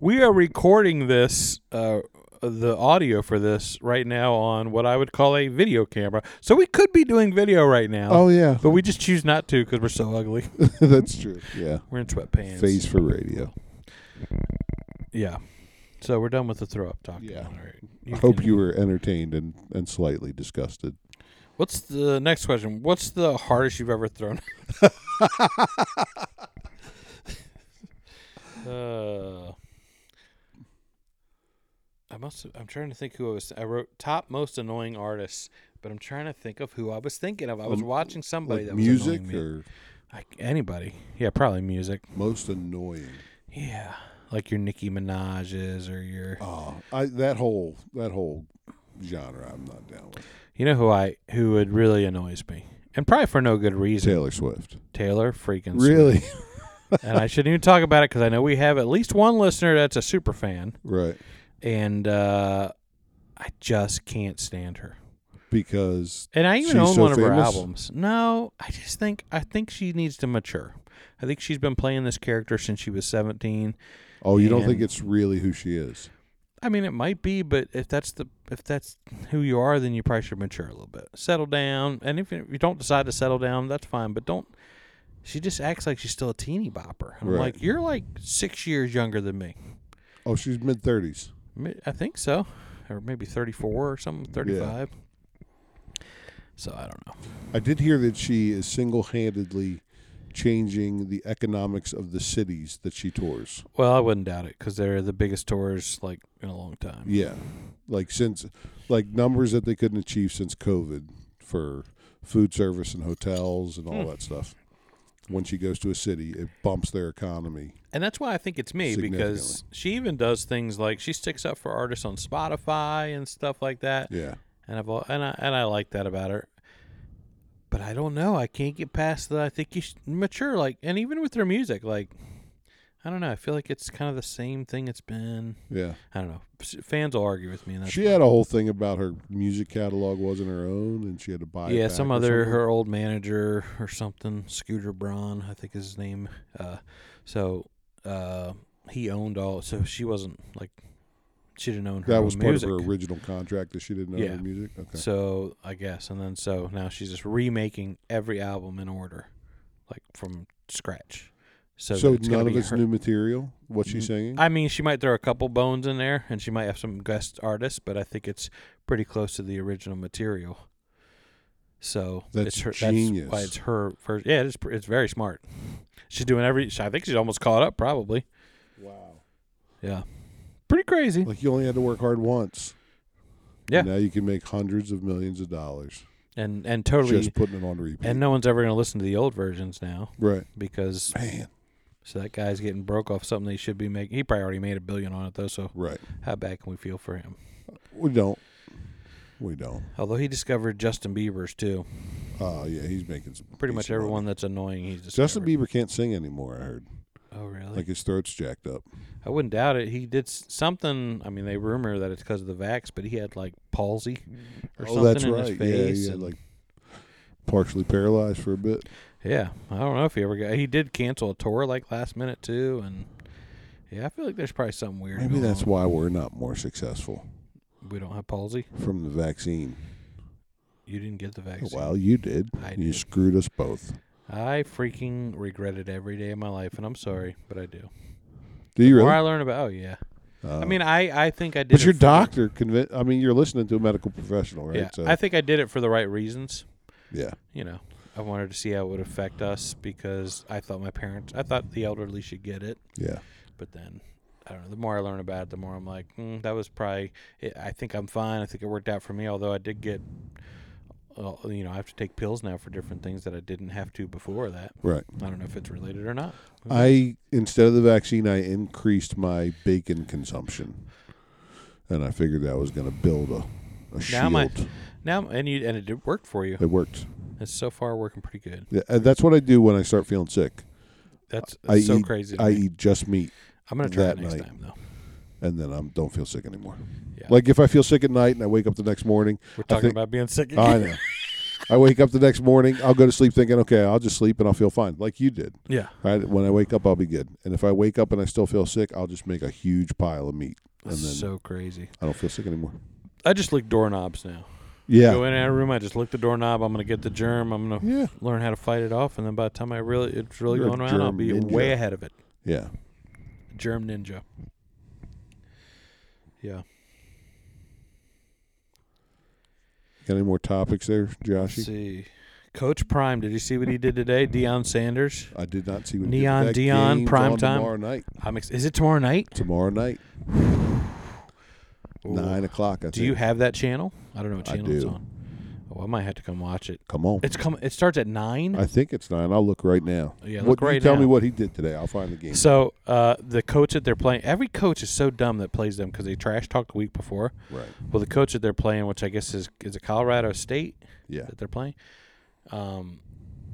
S8: we are recording this uh, the audio for this right now on what I would call a video camera. So we could be doing video right now.
S7: Oh yeah,
S8: But we just choose not to because we're so ugly.
S7: that's true. Yeah,
S8: we're in sweatpants.
S7: phase for radio.
S8: Yeah. So we're done with the throw up talk.
S7: Yeah.
S8: All right.
S7: I hope
S8: can-
S7: you were entertained and, and slightly disgusted.
S8: What's the next question? What's the hardest you've ever thrown? uh, I must. I'm trying to think who I was. I wrote top most annoying artists, but I'm trying to think of who I was thinking of. I was
S7: Um,
S8: watching somebody
S7: Like
S8: that
S7: music
S8: was annoying me.
S7: or
S8: Like anybody. Yeah, probably music.
S7: most annoying.
S8: Yeah, like your Nicki Minaj's or your.
S7: Oh, I that whole that whole genre I'm not down with.
S8: You know who I who would really annoys me, and probably for no good reason.
S7: Taylor Swift.
S8: Taylor freaking Swift.
S7: Really?
S8: and I shouldn't even talk about it because I know we have at least one listener that's a super fan,
S7: right.
S8: and uh, I just can't stand her.
S7: Because
S8: And I even
S7: She's
S8: own
S7: so
S8: one of her
S7: famous?
S8: albums. No, I just think I think she needs to mature. I think she's been playing this character since she was seventeen.
S7: oh, you don't
S8: And-
S7: think it's really who she is.
S8: I mean, it might be, but if that's the if that's who you are, then you probably should mature a little bit, settle down. And if you you don't decide to settle down, that's fine. But don't. She just acts like she's still a teeny bopper. And I'm
S7: Right.
S8: like, you're like six years younger than me.
S7: Oh, she's mid thirties.
S8: Mi- I think so, or maybe 34 or something, 35. So I don't know.
S7: I did hear that she is single handedly changing the economics of the cities that she tours.
S8: Well, I wouldn't doubt it because they're the biggest tours like in a long time.
S7: Yeah. Like since like numbers that they couldn't achieve since COVID for food service and hotels and
S8: Hmm.
S7: all that stuff. When she goes to a city, it bumps their economy.
S8: And that's why I think it's me because she even does things like she sticks up for artists on Spotify and stuff like that.
S7: Yeah.
S8: And I've al- and I and I like that about her. But I don't know. I can't get past that. I think you should mature like and even with her music like I don't know. I feel like it's kind of the same thing it's been.
S7: Yeah.
S8: I don't know. S- Fans will argue with me. And that's
S7: She had a whole thing about her music catalog wasn't her own, and she had to buy. it
S8: yeah,
S7: back
S8: some
S7: or
S8: other
S7: something.
S8: her old manager or something, Scooter Braun, I think is his name. Uh, so uh, he owned all. So she wasn't like she didn't own her
S7: That
S8: own
S7: was part
S8: music.
S7: of her original contract that she didn't own
S8: Yeah.
S7: her music. Okay.
S8: So I guess, and then so now she's just remaking every album in order, like from scratch. So,
S7: So,
S8: that it's gonna
S7: none of
S8: be
S7: it's
S8: her- Mm-hmm.
S7: new material. What she's singing.
S8: I mean, she might throw a couple bones in there, and she might have some guest artists, but I think it's pretty close to the original material. So
S7: That's
S8: it's her,
S7: genius.
S8: That's why it's her first. Yeah, it's it's very smart. She's doing every. I think she's almost caught up, probably.
S7: wow.
S8: Yeah, pretty crazy.
S7: Like you only had to work hard once.
S8: Yeah.
S7: And now you can make hundreds of millions of dollars
S8: And and totally.
S7: just putting it on repeat.
S8: And no one's ever going to listen to the old versions now
S7: right.
S8: because
S7: Man.
S8: so that guy's getting broke off something he should be making. He probably already made a billion on it though. So
S7: Right.
S8: how bad can we feel for him?
S7: We don't. We don't.
S8: Although he discovered Justin Bieber's too.
S7: Oh yeah, he's making some.
S8: Pretty much
S7: decent money.
S8: everyone that's annoying, he's discovered.
S7: Justin Bieber can't sing anymore. I heard.
S8: Oh, really?
S7: Like his throat's jacked up.
S8: I wouldn't doubt it. He did s- something. I mean, they rumor that it's because of the vax, but he had like palsy or something
S7: oh, that's
S8: in
S7: right.
S8: his face.
S7: yeah, yeah.
S8: and-
S7: Like partially paralyzed for a bit.
S8: yeah, I don't know if he ever got. He did cancel a tour like last minute too, and yeah, I feel like there's probably something weird.
S7: Maybe
S8: going
S7: that's
S8: on.
S7: why we're not more successful
S8: we don't have palsy.
S7: from the vaccine.
S8: You didn't get the vaccine.
S7: Well, you did.
S8: I
S7: you
S8: did.
S7: screwed us both.
S8: I freaking regret it every day of my life, and I'm sorry, but I do.
S7: Do you
S8: More I
S7: really?
S8: learn about, oh yeah. I
S7: Uh,
S8: mean, I I think I did.
S7: but
S8: it
S7: your
S8: for-
S7: doctor convinced. I mean, you're listening to a medical professional, right?
S8: Yeah,
S7: so,
S8: I think I did it for the right reasons.
S7: yeah.
S8: you know, I wanted to see how it would affect us because I thought my parents, I thought the elderly should get it,
S7: Yeah.
S8: but then I don't know. The more I learn about it, the more I'm like, mm, that was probably. It, I think I'm fine. I think it worked out for me. Although I did get, uh, you know, I have to take pills now for different things that I didn't have to before that.
S7: Right.
S8: I don't know if it's related or not.
S7: I instead of the vaccine, I increased my bacon consumption, and I figured that was going to build a, a
S8: Now
S7: shield.
S8: my- Now and you and it did work for you.
S7: it worked.
S8: It's so far working pretty good.
S7: Yeah, and that's what I do when I start feeling sick.
S8: That's,
S7: I
S8: that's so
S7: eat,
S8: crazy. to
S7: I
S8: me.
S7: eat just meat,
S8: I'm gonna try it
S7: that
S8: next
S7: night.
S8: time though.
S7: and then I am don't feel sick anymore.
S8: Yeah.
S7: Like if I feel sick at night and I wake up the next morning,
S8: We're
S7: I
S8: talking
S7: think-
S8: about being sick.
S7: I
S8: Again.
S7: know. I wake up the next morning. I'll go to sleep thinking, okay, I'll just sleep and I'll feel fine, like you did.
S8: yeah.
S7: Right? When I wake up, I'll be good. And if I wake up and I still feel sick, I'll just make a huge pile of meat. and then
S8: so crazy.
S7: I don't feel sick anymore.
S8: I just lick doorknobs now. Go
S7: Yeah,
S8: in our room. I just lick the doorknob. I'm gonna get the germ. I'm gonna
S7: yeah,
S8: learn how to fight it off, and then by the time I really it's really
S7: You're a
S8: going around, I'll
S7: germ
S8: be
S7: ninja.
S8: way ahead of it.
S7: yeah.
S8: Germ ninja. Yeah.
S7: Got any more topics there,
S8: Let's
S7: Joshy?
S8: see, Coach Prime. Did you see what he did today? Deion Sanders.
S7: I did not see what he did, but
S8: Neon
S7: that
S8: Dion,
S7: game's
S8: prime
S7: on
S8: time.
S7: tomorrow night.
S8: I'm. Ex- is it tomorrow night?
S7: Tomorrow night, nine o'clock. I think.
S8: Do you have that channel? I don't know what
S7: I
S8: channel it's
S7: do.
S8: on. Oh, I might have to come watch it.
S7: Come on.
S8: It's come. It starts at nine.
S7: I think it's nine. I'll look right now.
S8: Yeah,
S7: What-
S8: look
S7: you
S8: right
S7: tell me
S8: now.
S7: what he did today. I'll find the game.
S8: So uh, the coach that they're playing, every coach is so dumb that plays them because they trash talked the week before.
S7: Right.
S8: Well, the coach that they're playing, which I guess is is it Colorado State
S7: Yeah.
S8: that they're playing, um,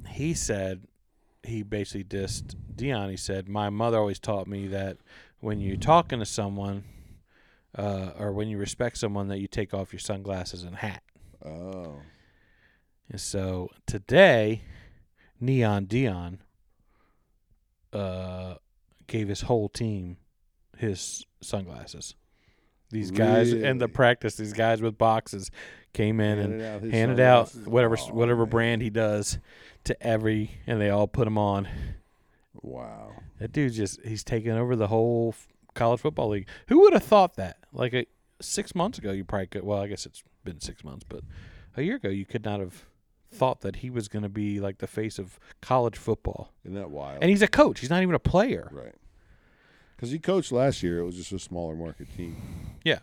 S8: he said he basically dissed Dion. He said, "My mother always taught me that when you're talking to someone, uh, or when you respect someone, that you take off your sunglasses and hat."
S7: Oh.
S8: And so today, Neon Dion uh, gave his whole team his sunglasses. These guys in the
S7: Really?
S8: practice, these guys with boxes came in
S7: Handed
S8: and
S7: out his
S8: handed out
S7: sunglasses?
S8: whatever
S7: Aw,
S8: whatever
S7: man.
S8: brand he does to every, and they all put them on.
S7: Wow.
S8: That dude just he's taking over the whole f- college football league. Who would have thought that? Like a, six months ago, you probably could. Well, I guess it's been six months, but a year ago, you could not have thought that he was going to be like the face of college football.
S7: Isn't that wild?
S8: And he's a coach. He's not even a player.
S7: right. Because he coached last year. It was just a smaller market team.
S8: Yeah.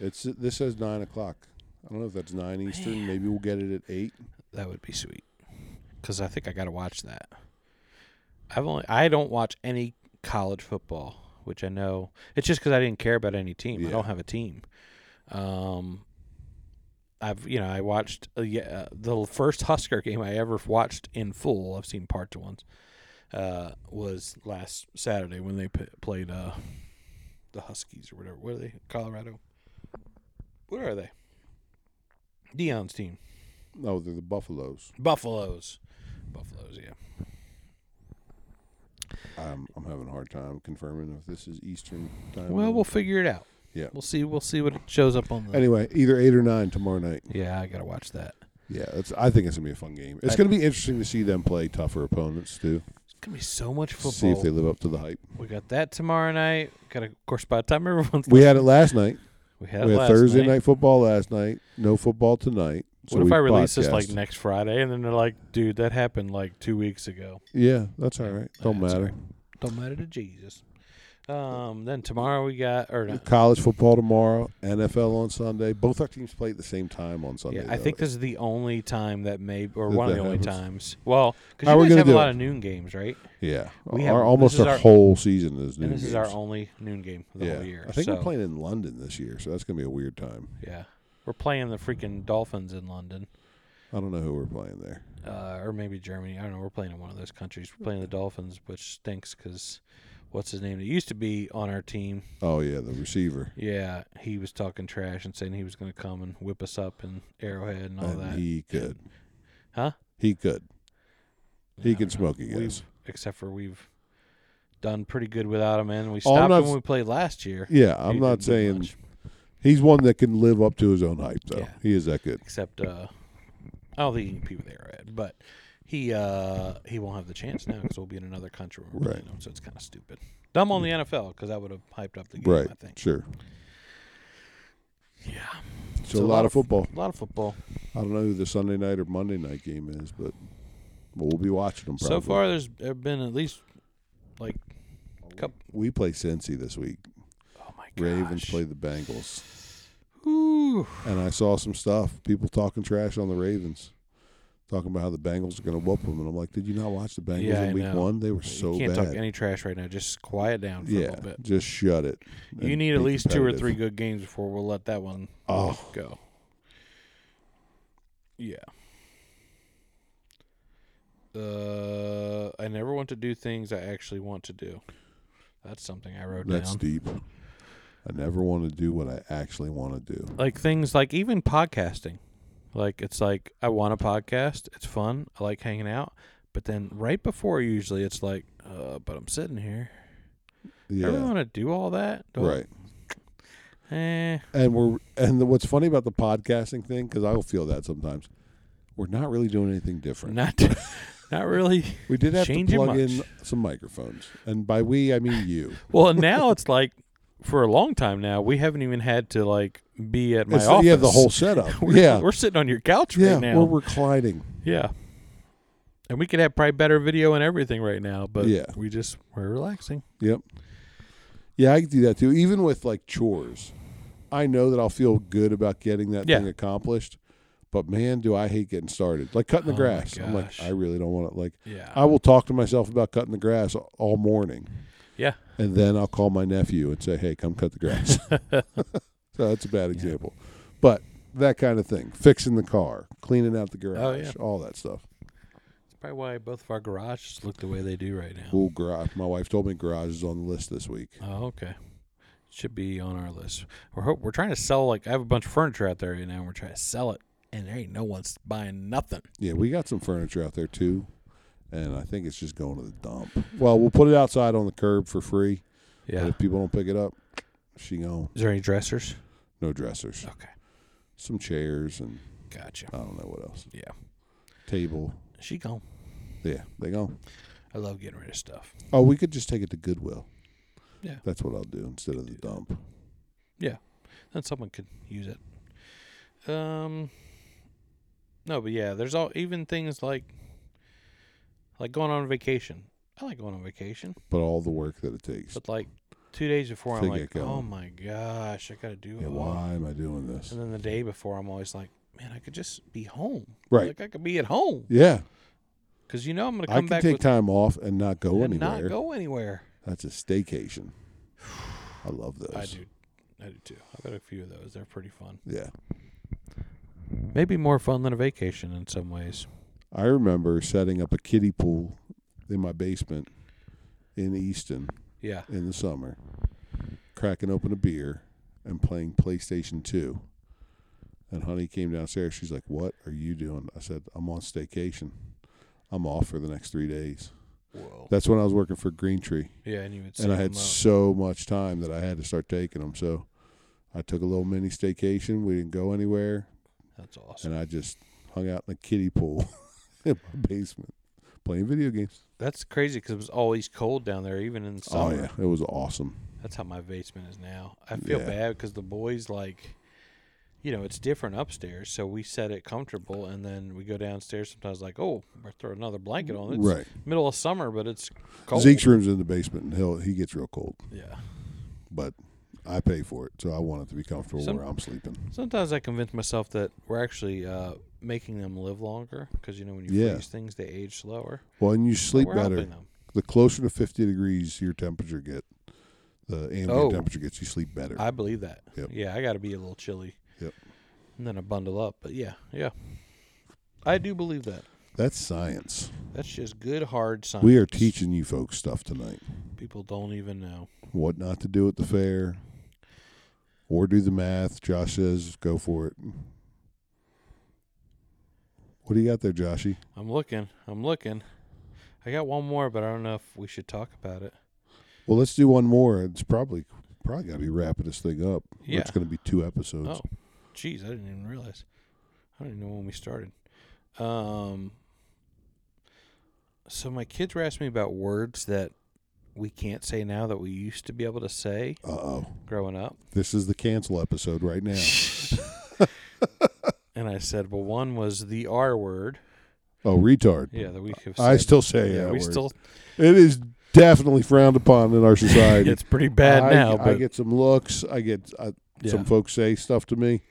S7: It's This says 9 o'clock. I don't know if that's 9 Eastern. Maybe we'll get it at 8.
S8: That would be sweet. Because I think I got to watch that. I've only I don't watch any college football, which I know it's just because I didn't care about any team. I
S7: Yeah.
S8: don't have a team. Um, I've you know I watched uh, yeah, uh, the first Husker game I ever watched in full. I've seen parts of ones. Uh, was last Saturday when they p- played uh, the Huskies or whatever. What are they? Colorado. What are they? Dion's team.
S7: No, they're the Buffaloes.
S8: Buffaloes. Buffaloes, yeah.
S7: I'm, I'm having a hard time confirming if this is Eastern time.
S8: Well,
S7: zone.
S8: we'll figure it out.
S7: Yeah.
S8: We'll see we'll see what it shows up on the
S7: Anyway, either 8 or 9 tomorrow night.
S8: Yeah, I gotta watch that.
S7: Yeah, it's, I think it's going to be a fun game. It's going to be interesting to see them play tougher opponents, too.
S8: It's gonna be so much football.
S7: See if they live up to the hype.
S8: we got that tomorrow night. Got a, of course by the time everyone's
S7: We had it last night.
S8: we had,
S7: we
S8: it
S7: had
S8: last
S7: Thursday night. football last night. No football tonight. So
S8: what if
S7: we
S8: I release this
S7: podcast.
S8: like next Friday and then they're like, dude, that happened like two weeks ago.
S7: Yeah, that's all right. Don't
S8: That's all
S7: matter.
S8: right. Don't matter to Jesus. Um then tomorrow we got or not.
S7: College football tomorrow. NFL on Sunday. Both our teams play at the same time on Sunday.
S8: Yeah, I
S7: though.
S8: think this is the only time that may, or
S7: That
S8: one of
S7: that
S8: the only
S7: happens.
S8: times. Well,
S7: How
S8: because
S7: we
S8: you guys
S7: gonna
S8: have a
S7: do
S8: lot
S7: it?
S8: of noon games, right?
S7: Yeah,
S8: we
S7: our,
S8: have-
S7: almost
S8: this is
S7: our,
S8: our-
S7: whole season is new.
S8: And this is our
S7: games.
S8: only noon game for the
S7: yeah.
S8: whole year.
S7: I think
S8: so,
S7: we're playing in London this year, so that's gonna be a weird time.
S8: Yeah, we're playing the freaking Dolphins in London,
S7: I don't know who we're playing there.
S8: uh, or maybe Germany. I don't know. We're playing in one of those countries. We're playing the Dolphins, which stinks because what's his name? That used to be on our team.
S7: Oh yeah, the receiver.
S8: Yeah, he was talking trash and saying he was going to come and whip us up and Arrowhead and all
S7: and
S8: that.
S7: he could.
S8: Huh?
S7: He could. He
S8: Yeah, I
S7: can
S8: don't
S7: smoke
S8: know.
S7: you guys.
S8: We've- Except for we've done pretty good without him, and we
S7: Oh, I'm
S8: stopped
S7: not
S8: him when
S7: s-
S8: we played last year.
S7: Yeah, I'm
S8: He didn't
S7: not
S8: do
S7: saying
S8: much.
S7: he's one that can live up to his own hype though.
S8: Yeah.
S7: He is that good.
S8: except uh, I don't think he can compete with Arrowhead, but he uh, he won't have the chance now because we'll be in another country. Where we're playing
S7: Right.
S8: him, so it's kind of stupid. Dumb on the NFL because that would have hyped up the game.
S7: right.
S8: I think.
S7: Sure.
S8: Yeah,
S7: So, a lot, of football.
S8: a lot of football.
S7: I don't know who the Sunday night or Monday night game is, but we'll be watching them. Probably.
S8: So far, there's there been at least like a couple.
S7: we play Cincy this week.
S8: Oh my gosh.
S7: Ravens play the Bengals,
S8: Ooh.
S7: and I saw some stuff. People talking trash on the Ravens, talking about how the Bengals are going to whoop them, and I'm like, did you not watch the Bengals
S8: Yeah, I
S7: in Week
S8: know.
S7: One? They were
S8: you
S7: so
S8: can't
S7: bad.
S8: talk any trash right now. Just quiet down for a
S7: yeah,
S8: little bit.
S7: just shut it.
S8: You
S7: and
S8: need at
S7: be
S8: least two or
S7: competitive.
S8: three good games before we'll let that one
S7: Oh.
S8: go. Yeah. Uh, I never want to do things I actually want to do. That's something I wrote
S7: That's
S8: down.
S7: deep. I never want to do what I actually want to do.
S8: like things like even podcasting. Like it's like I want a podcast. It's fun. I like hanging out. But then right before usually it's like, uh, but I'm sitting here. I
S7: Yeah,
S8: really want to do all that. Do I-
S7: right.
S8: Eh,
S7: and we're and the, what's funny about the podcasting thing because I'll feel that sometimes. We're not really doing anything different.
S8: not, not really.
S7: we did have to
S8: changing
S7: plug in
S8: much.
S7: some microphones, and by we I mean you.
S8: Well, and now it's like for a long time now we haven't even had to like be at my
S7: It's-
S8: office.
S7: you have the whole setup.
S8: We're,
S7: yeah,
S8: we're sitting on your couch
S7: yeah,
S8: right now.
S7: we're reclining.
S8: yeah, and we could have probably better video and everything right now, but
S7: Yeah.
S8: we just we're relaxing.
S7: Yep. Yeah, I can do that too. Even with like chores, I know that I'll feel good about getting that
S8: Yeah.
S7: thing accomplished. But man, do I hate getting started. Like cutting the
S8: Oh my
S7: grass. I'm like,
S8: gosh.
S7: I really don't want to. Like,
S8: Yeah,
S7: I will talk to myself about cutting the grass all morning,
S8: yeah,
S7: and then I'll call my nephew and say, "Hey, come cut the grass." so that's a bad example, but that kind of thing, fixing the car, cleaning out the garage,
S8: Oh, yeah.
S7: all that stuff.
S8: that's probably why both of our garages look the way they do right now.
S7: Ooh, garage. My wife told me garage is on the list this week.
S8: Oh, okay. Should be on our list. We're hope, we're trying to sell like I have a bunch of furniture out there right now. and We're trying to sell it, and there ain't no one's buying nothing.
S7: Yeah, we got some furniture out there too, and I think it's just going to the dump. Well, we'll put it outside on the curb for free,
S8: Yeah.
S7: and if people don't pick it up, she gone.
S8: Is there any dressers?
S7: No dressers,
S8: Okay.
S7: some chairs, and
S8: Gotcha.
S7: I don't know what else.
S8: Yeah.
S7: Table.
S8: She gone.
S7: Yeah, they go.
S8: I love getting rid of stuff.
S7: Oh, we could just take it to Goodwill.
S8: Yeah.
S7: That's what I'll do instead of the dump.
S8: Yeah. Then someone could use it. Um No, but yeah, there's all even things like like going on vacation. I like going on vacation.
S7: But all the work that it takes.
S8: But like two days before I'm
S7: To
S8: like,
S7: get
S8: Oh
S7: going.
S8: my gosh, I gotta do
S7: Yeah,
S8: all-
S7: why am I doing this?
S8: And then the day before I'm always like, Man, I could just be home.
S7: Right.
S8: Like I could be at home.
S7: Yeah.
S8: Because you know I'm gonna
S7: I
S8: come
S7: can
S8: back
S7: take
S8: with
S7: time off and not go
S8: and
S7: anywhere.
S8: not go anywhere.
S7: That's a staycation. I love those.
S8: I do I do too. I've got a few of those. They're pretty fun.
S7: Yeah.
S8: Maybe more fun than a vacation in some ways.
S7: I remember setting up a kiddie pool in my basement in Easton
S8: Yeah.
S7: in the summer, cracking open a beer and playing PlayStation 2. And honey came downstairs. She's like, What are you doing? I said, I'm on staycation. I'm off for the next three days.
S8: Whoa.
S7: That's when I was working for Green Tree.
S8: Yeah, and you would.
S7: and I
S8: save
S7: had
S8: them up.
S7: so much time that I had to start taking them. So I took a little mini staycation. We didn't go anywhere,
S8: That's awesome.
S7: and I just hung out in a kiddie pool in my basement playing video games.
S8: That's crazy because it was always cold down there, even in
S7: Oh
S8: summer.
S7: yeah, it was awesome.
S8: That's how my basement is now. I feel
S7: Yeah.
S8: bad because the boys like, you know, it's different upstairs, so we set it comfortable, and then we go downstairs. Sometimes like, oh, we're throw another blanket on. It's
S7: Right.
S8: Middle of summer, but it's cold.
S7: Zeke's room's in the basement, and he'll he gets real cold,
S8: Yeah.
S7: but I pay for it, so I want it to be comfortable
S8: Some-
S7: where I'm sleeping.
S8: Sometimes I convince myself that we're actually uh, making them live longer because you know when you
S7: Yeah.
S8: freeze things, they age slower.
S7: Well, and you
S8: But
S7: sleep
S8: we're
S7: better.
S8: helping them.
S7: The closer to 50 degrees your temperature get, the ambient
S8: Oh.
S7: temperature gets, you sleep better.
S8: I believe that.
S7: Yep.
S8: Yeah, I got to be a little chilly.
S7: Yep.
S8: And then I bundle up. But yeah, yeah. I do believe that.
S7: That's science.
S8: That's just good, hard science.
S7: We are teaching you folks stuff tonight.
S8: People don't even know.
S7: what not to do at the fair or do the math. Josh says, go for it. What do you got there, Joshy?
S8: I'm looking. I'm looking. I got one more, but I don't know if we should talk about it.
S7: Well, let's do one more. It's probably probably got to be wrapping this thing up.
S8: Yeah.
S7: It's going to be two episodes.
S8: Oh, jeez, I didn't even realize. I don't even know when we started. Um, so my kids were asking me about words that we can't say now that we used to be able to say
S7: Uh oh.
S8: growing up.
S7: This is the cancel episode right now.
S8: And I said, well, one was the R word.
S7: oh, retard.
S8: Yeah, that we have.
S7: I
S8: said-
S7: still say
S8: Yeah,
S7: that
S8: we
S7: word.
S8: still.
S7: It is definitely frowned upon in our society.
S8: It's pretty bad
S7: I,
S8: now,
S7: I
S8: but
S7: get some looks. I get I,
S8: yeah.
S7: some folks say stuff to me.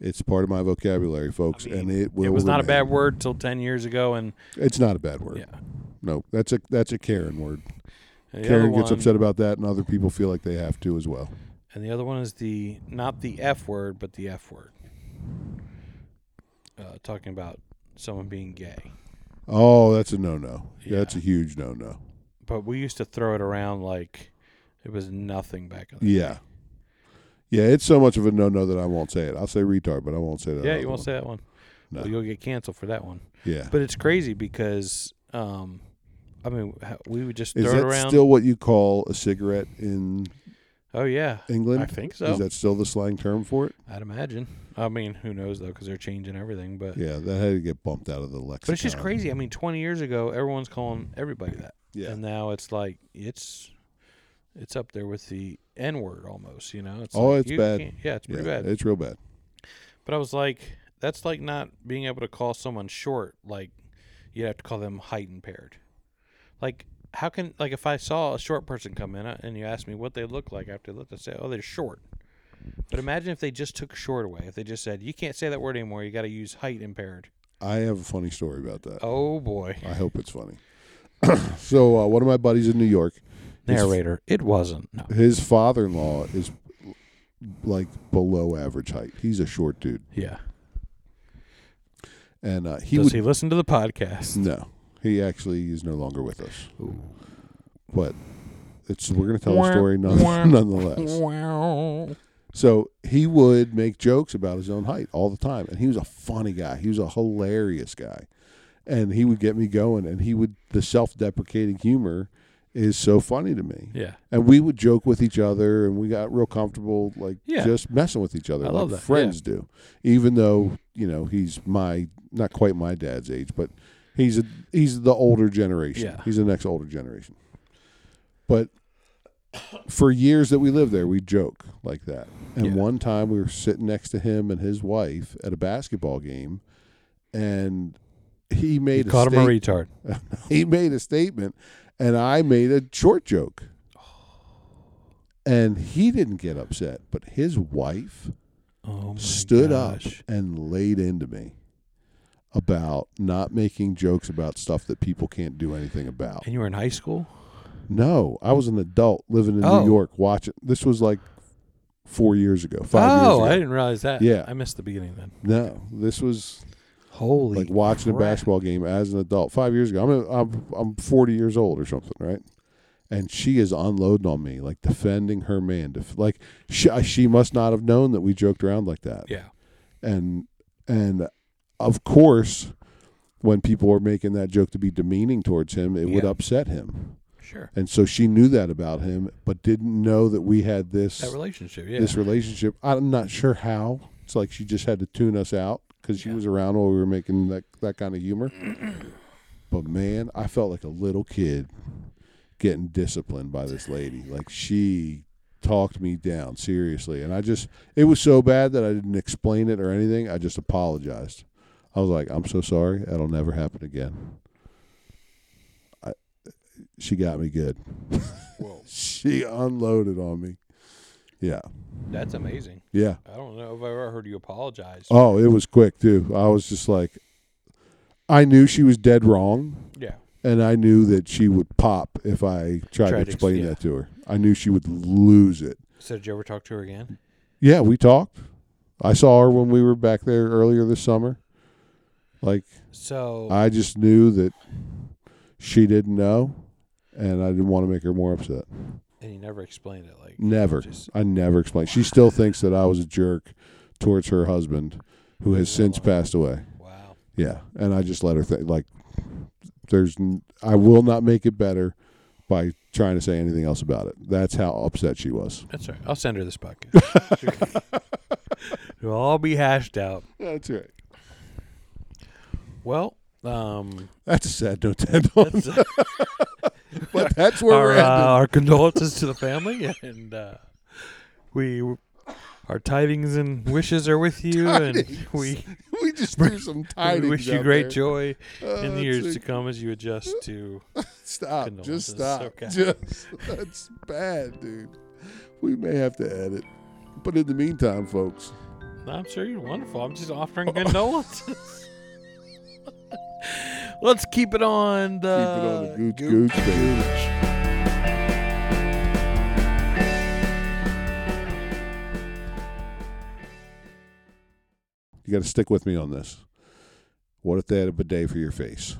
S7: It's part of my vocabulary, folks,
S8: I mean,
S7: and it will.
S8: it was not a
S7: remain.
S8: bad word till ten years ago, and
S7: It's not a bad word.
S8: yeah.
S7: No, that's a that's a Karen word.
S8: And the other
S7: Karen gets
S8: one-
S7: upset about that, and other people feel like they have to as well.
S8: And the other one is the not the F word, but the F word. Uh, talking about someone being gay,
S7: Oh, that's a no no.
S8: Yeah.
S7: Yeah. That's a huge no no.
S8: but we used to throw it around like it was nothing back in the
S7: Yeah, yeah. It's so much of a no no that I won't say it. I'll say retard, but I won't say that.
S8: Yeah,
S7: other
S8: you won't
S7: one.
S8: say that one.
S7: No.
S8: Well, you'll get canceled for that one.
S7: Yeah.
S8: But it's crazy because, um, I mean, ha- we would just
S7: Is
S8: throw it
S7: that
S8: around.
S7: still what you call a cigarette in
S8: Oh yeah,
S7: England?
S8: I think so.
S7: Is that still the slang term for it?
S8: I'd imagine. I mean, who knows though? Because they're changing everything. But
S7: Yeah, that had to get bumped out of the lexicon.
S8: but it's just crazy. I mean, 20 years ago, everyone's calling everybody that.
S7: Yeah.
S8: And now it's like it's it's up there with the N word almost. You know? It's
S7: Oh,
S8: like,
S7: it's
S8: you
S7: bad.
S8: can't- Yeah, it's pretty
S7: yeah,
S8: bad.
S7: It's real bad.
S8: But I was like, that's like not being able to call someone short. Like, you'd have to call them height impaired. Like, how can like if I saw a short person come in uh, and you asked me what they look like after they looked, I say, oh, they're short. But imagine if they just took short away. If they just said, you can't say that word anymore. You got to use height impaired.
S7: I have a funny story about that.
S8: Oh boy,
S7: I hope it's funny. so uh, one of my buddies in New York,
S8: narrator, it wasn't. No.
S7: his father-in-law is like below average height. He's a short dude,
S8: Yeah.
S7: and uh, he
S8: Does
S7: would
S8: he listen to the podcast?
S7: no. He actually is no longer with us. But it's we're gonna tell a story none, nonetheless.
S8: Wow.
S7: So he would make jokes about his own height all the time, and he was a funny guy. He was a hilarious guy, and he would get me going. And he would the self-deprecating humor is so funny to me.
S8: Yeah.
S7: and we would joke with each other and we got real comfortable like
S8: Yeah.
S7: just messing with each other
S8: I
S7: like
S8: love that,
S7: friends do even though you know he's my not quite my dad's age but he's a, he's the older generation
S8: Yeah.
S7: he's the next older generation but for years that we lived there we joke like that and
S8: Yeah.
S7: one time we were sitting next to him and his wife at a basketball game and he made a
S8: Caught him a
S7: state-
S8: retard.
S7: he made a statement and I made a short joke. And he didn't get upset, but his wife
S8: Oh my
S7: stood
S8: gosh.
S7: up and laid into me about not making jokes about stuff that people can't do anything about.
S8: And you were in high school?
S7: No, I was an adult living in
S8: Oh.
S7: New York watching. This was like four years ago, five
S8: oh, I
S7: years ago.
S8: didn't realize that.
S7: Yeah.
S8: I missed the beginning then.
S7: No, this was
S8: Holy.
S7: like watching a
S8: crap.
S7: basketball game as an adult five years ago. I'm a, I'm I'm 40 years old or something, right? And she is unloading on me, like defending her man. Def- like she, she must not have known that we joked around like that.
S8: Yeah.
S7: And and of course, when people were making that joke to be demeaning towards him, it would
S8: Yeah.
S7: upset him.
S8: Sure.
S7: And so she knew that about him, but didn't know that we had this
S8: That relationship, yeah.
S7: this relationship. I'm not sure how. It's like she just had to tune us out because she was around while we were making that, that kind of humor. but man, I felt like a little kid getting disciplined by this lady. Like she talked me down seriously, and I just it was so bad that I didn't explain it or anything. I just apologized. I was like, "I'm so sorry. That'll never happen again." I, she got me good. she unloaded on me. Yeah.
S8: That's amazing.
S7: Yeah.
S8: I don't know if I ever heard you apologize.
S7: Oh, it was quick too. I was just like, I knew she was dead wrong,
S8: yeah.
S7: and I knew that she would pop if I tried
S8: Tried
S7: to
S8: to ex-
S7: explain
S8: yeah.
S7: that to her. I knew she would lose it.
S8: So did you ever talk to her again?
S7: Yeah, we talked. I saw her when we were back there earlier this summer. Like
S8: So
S7: I just knew that she didn't know, and I didn't want to make her more upset.
S8: and you never explained it like
S7: Never.
S8: Just-
S7: I never explained. She still thinks that I was a jerk towards her husband, who has since passed away.
S8: wow.
S7: Yeah, and I just let her think like there's n- I will not make it better by trying to say anything else about it. That's how upset she was.
S8: That's all right. I'll send her this podcast. It'll all be hashed out.
S7: That's right.
S8: Well, um
S7: That's a sad note to end on. but that's where
S8: our
S7: we're
S8: uh,
S7: at.
S8: our condolences to the family and uh we our tidings and wishes are with you and
S7: Tidings.
S8: we
S7: we just threw some tidings.
S8: We wish you
S7: out
S8: great
S7: there.
S8: joy in
S7: Uh,
S8: the years
S7: it's
S8: to
S7: like-
S8: come as you adjust to.
S7: Stop.
S8: Condolences.
S7: Just stop.
S8: Okay.
S7: Just that's bad, dude. We may have to edit. But in the meantime, folks,
S8: I'm sure you're wonderful. I'm just
S7: Oh.
S8: offering condolences. Let's keep it on
S7: keep it on
S8: the
S7: the gooch gooch, baby. You got to stick with me on this. What if they had a bidet for your face?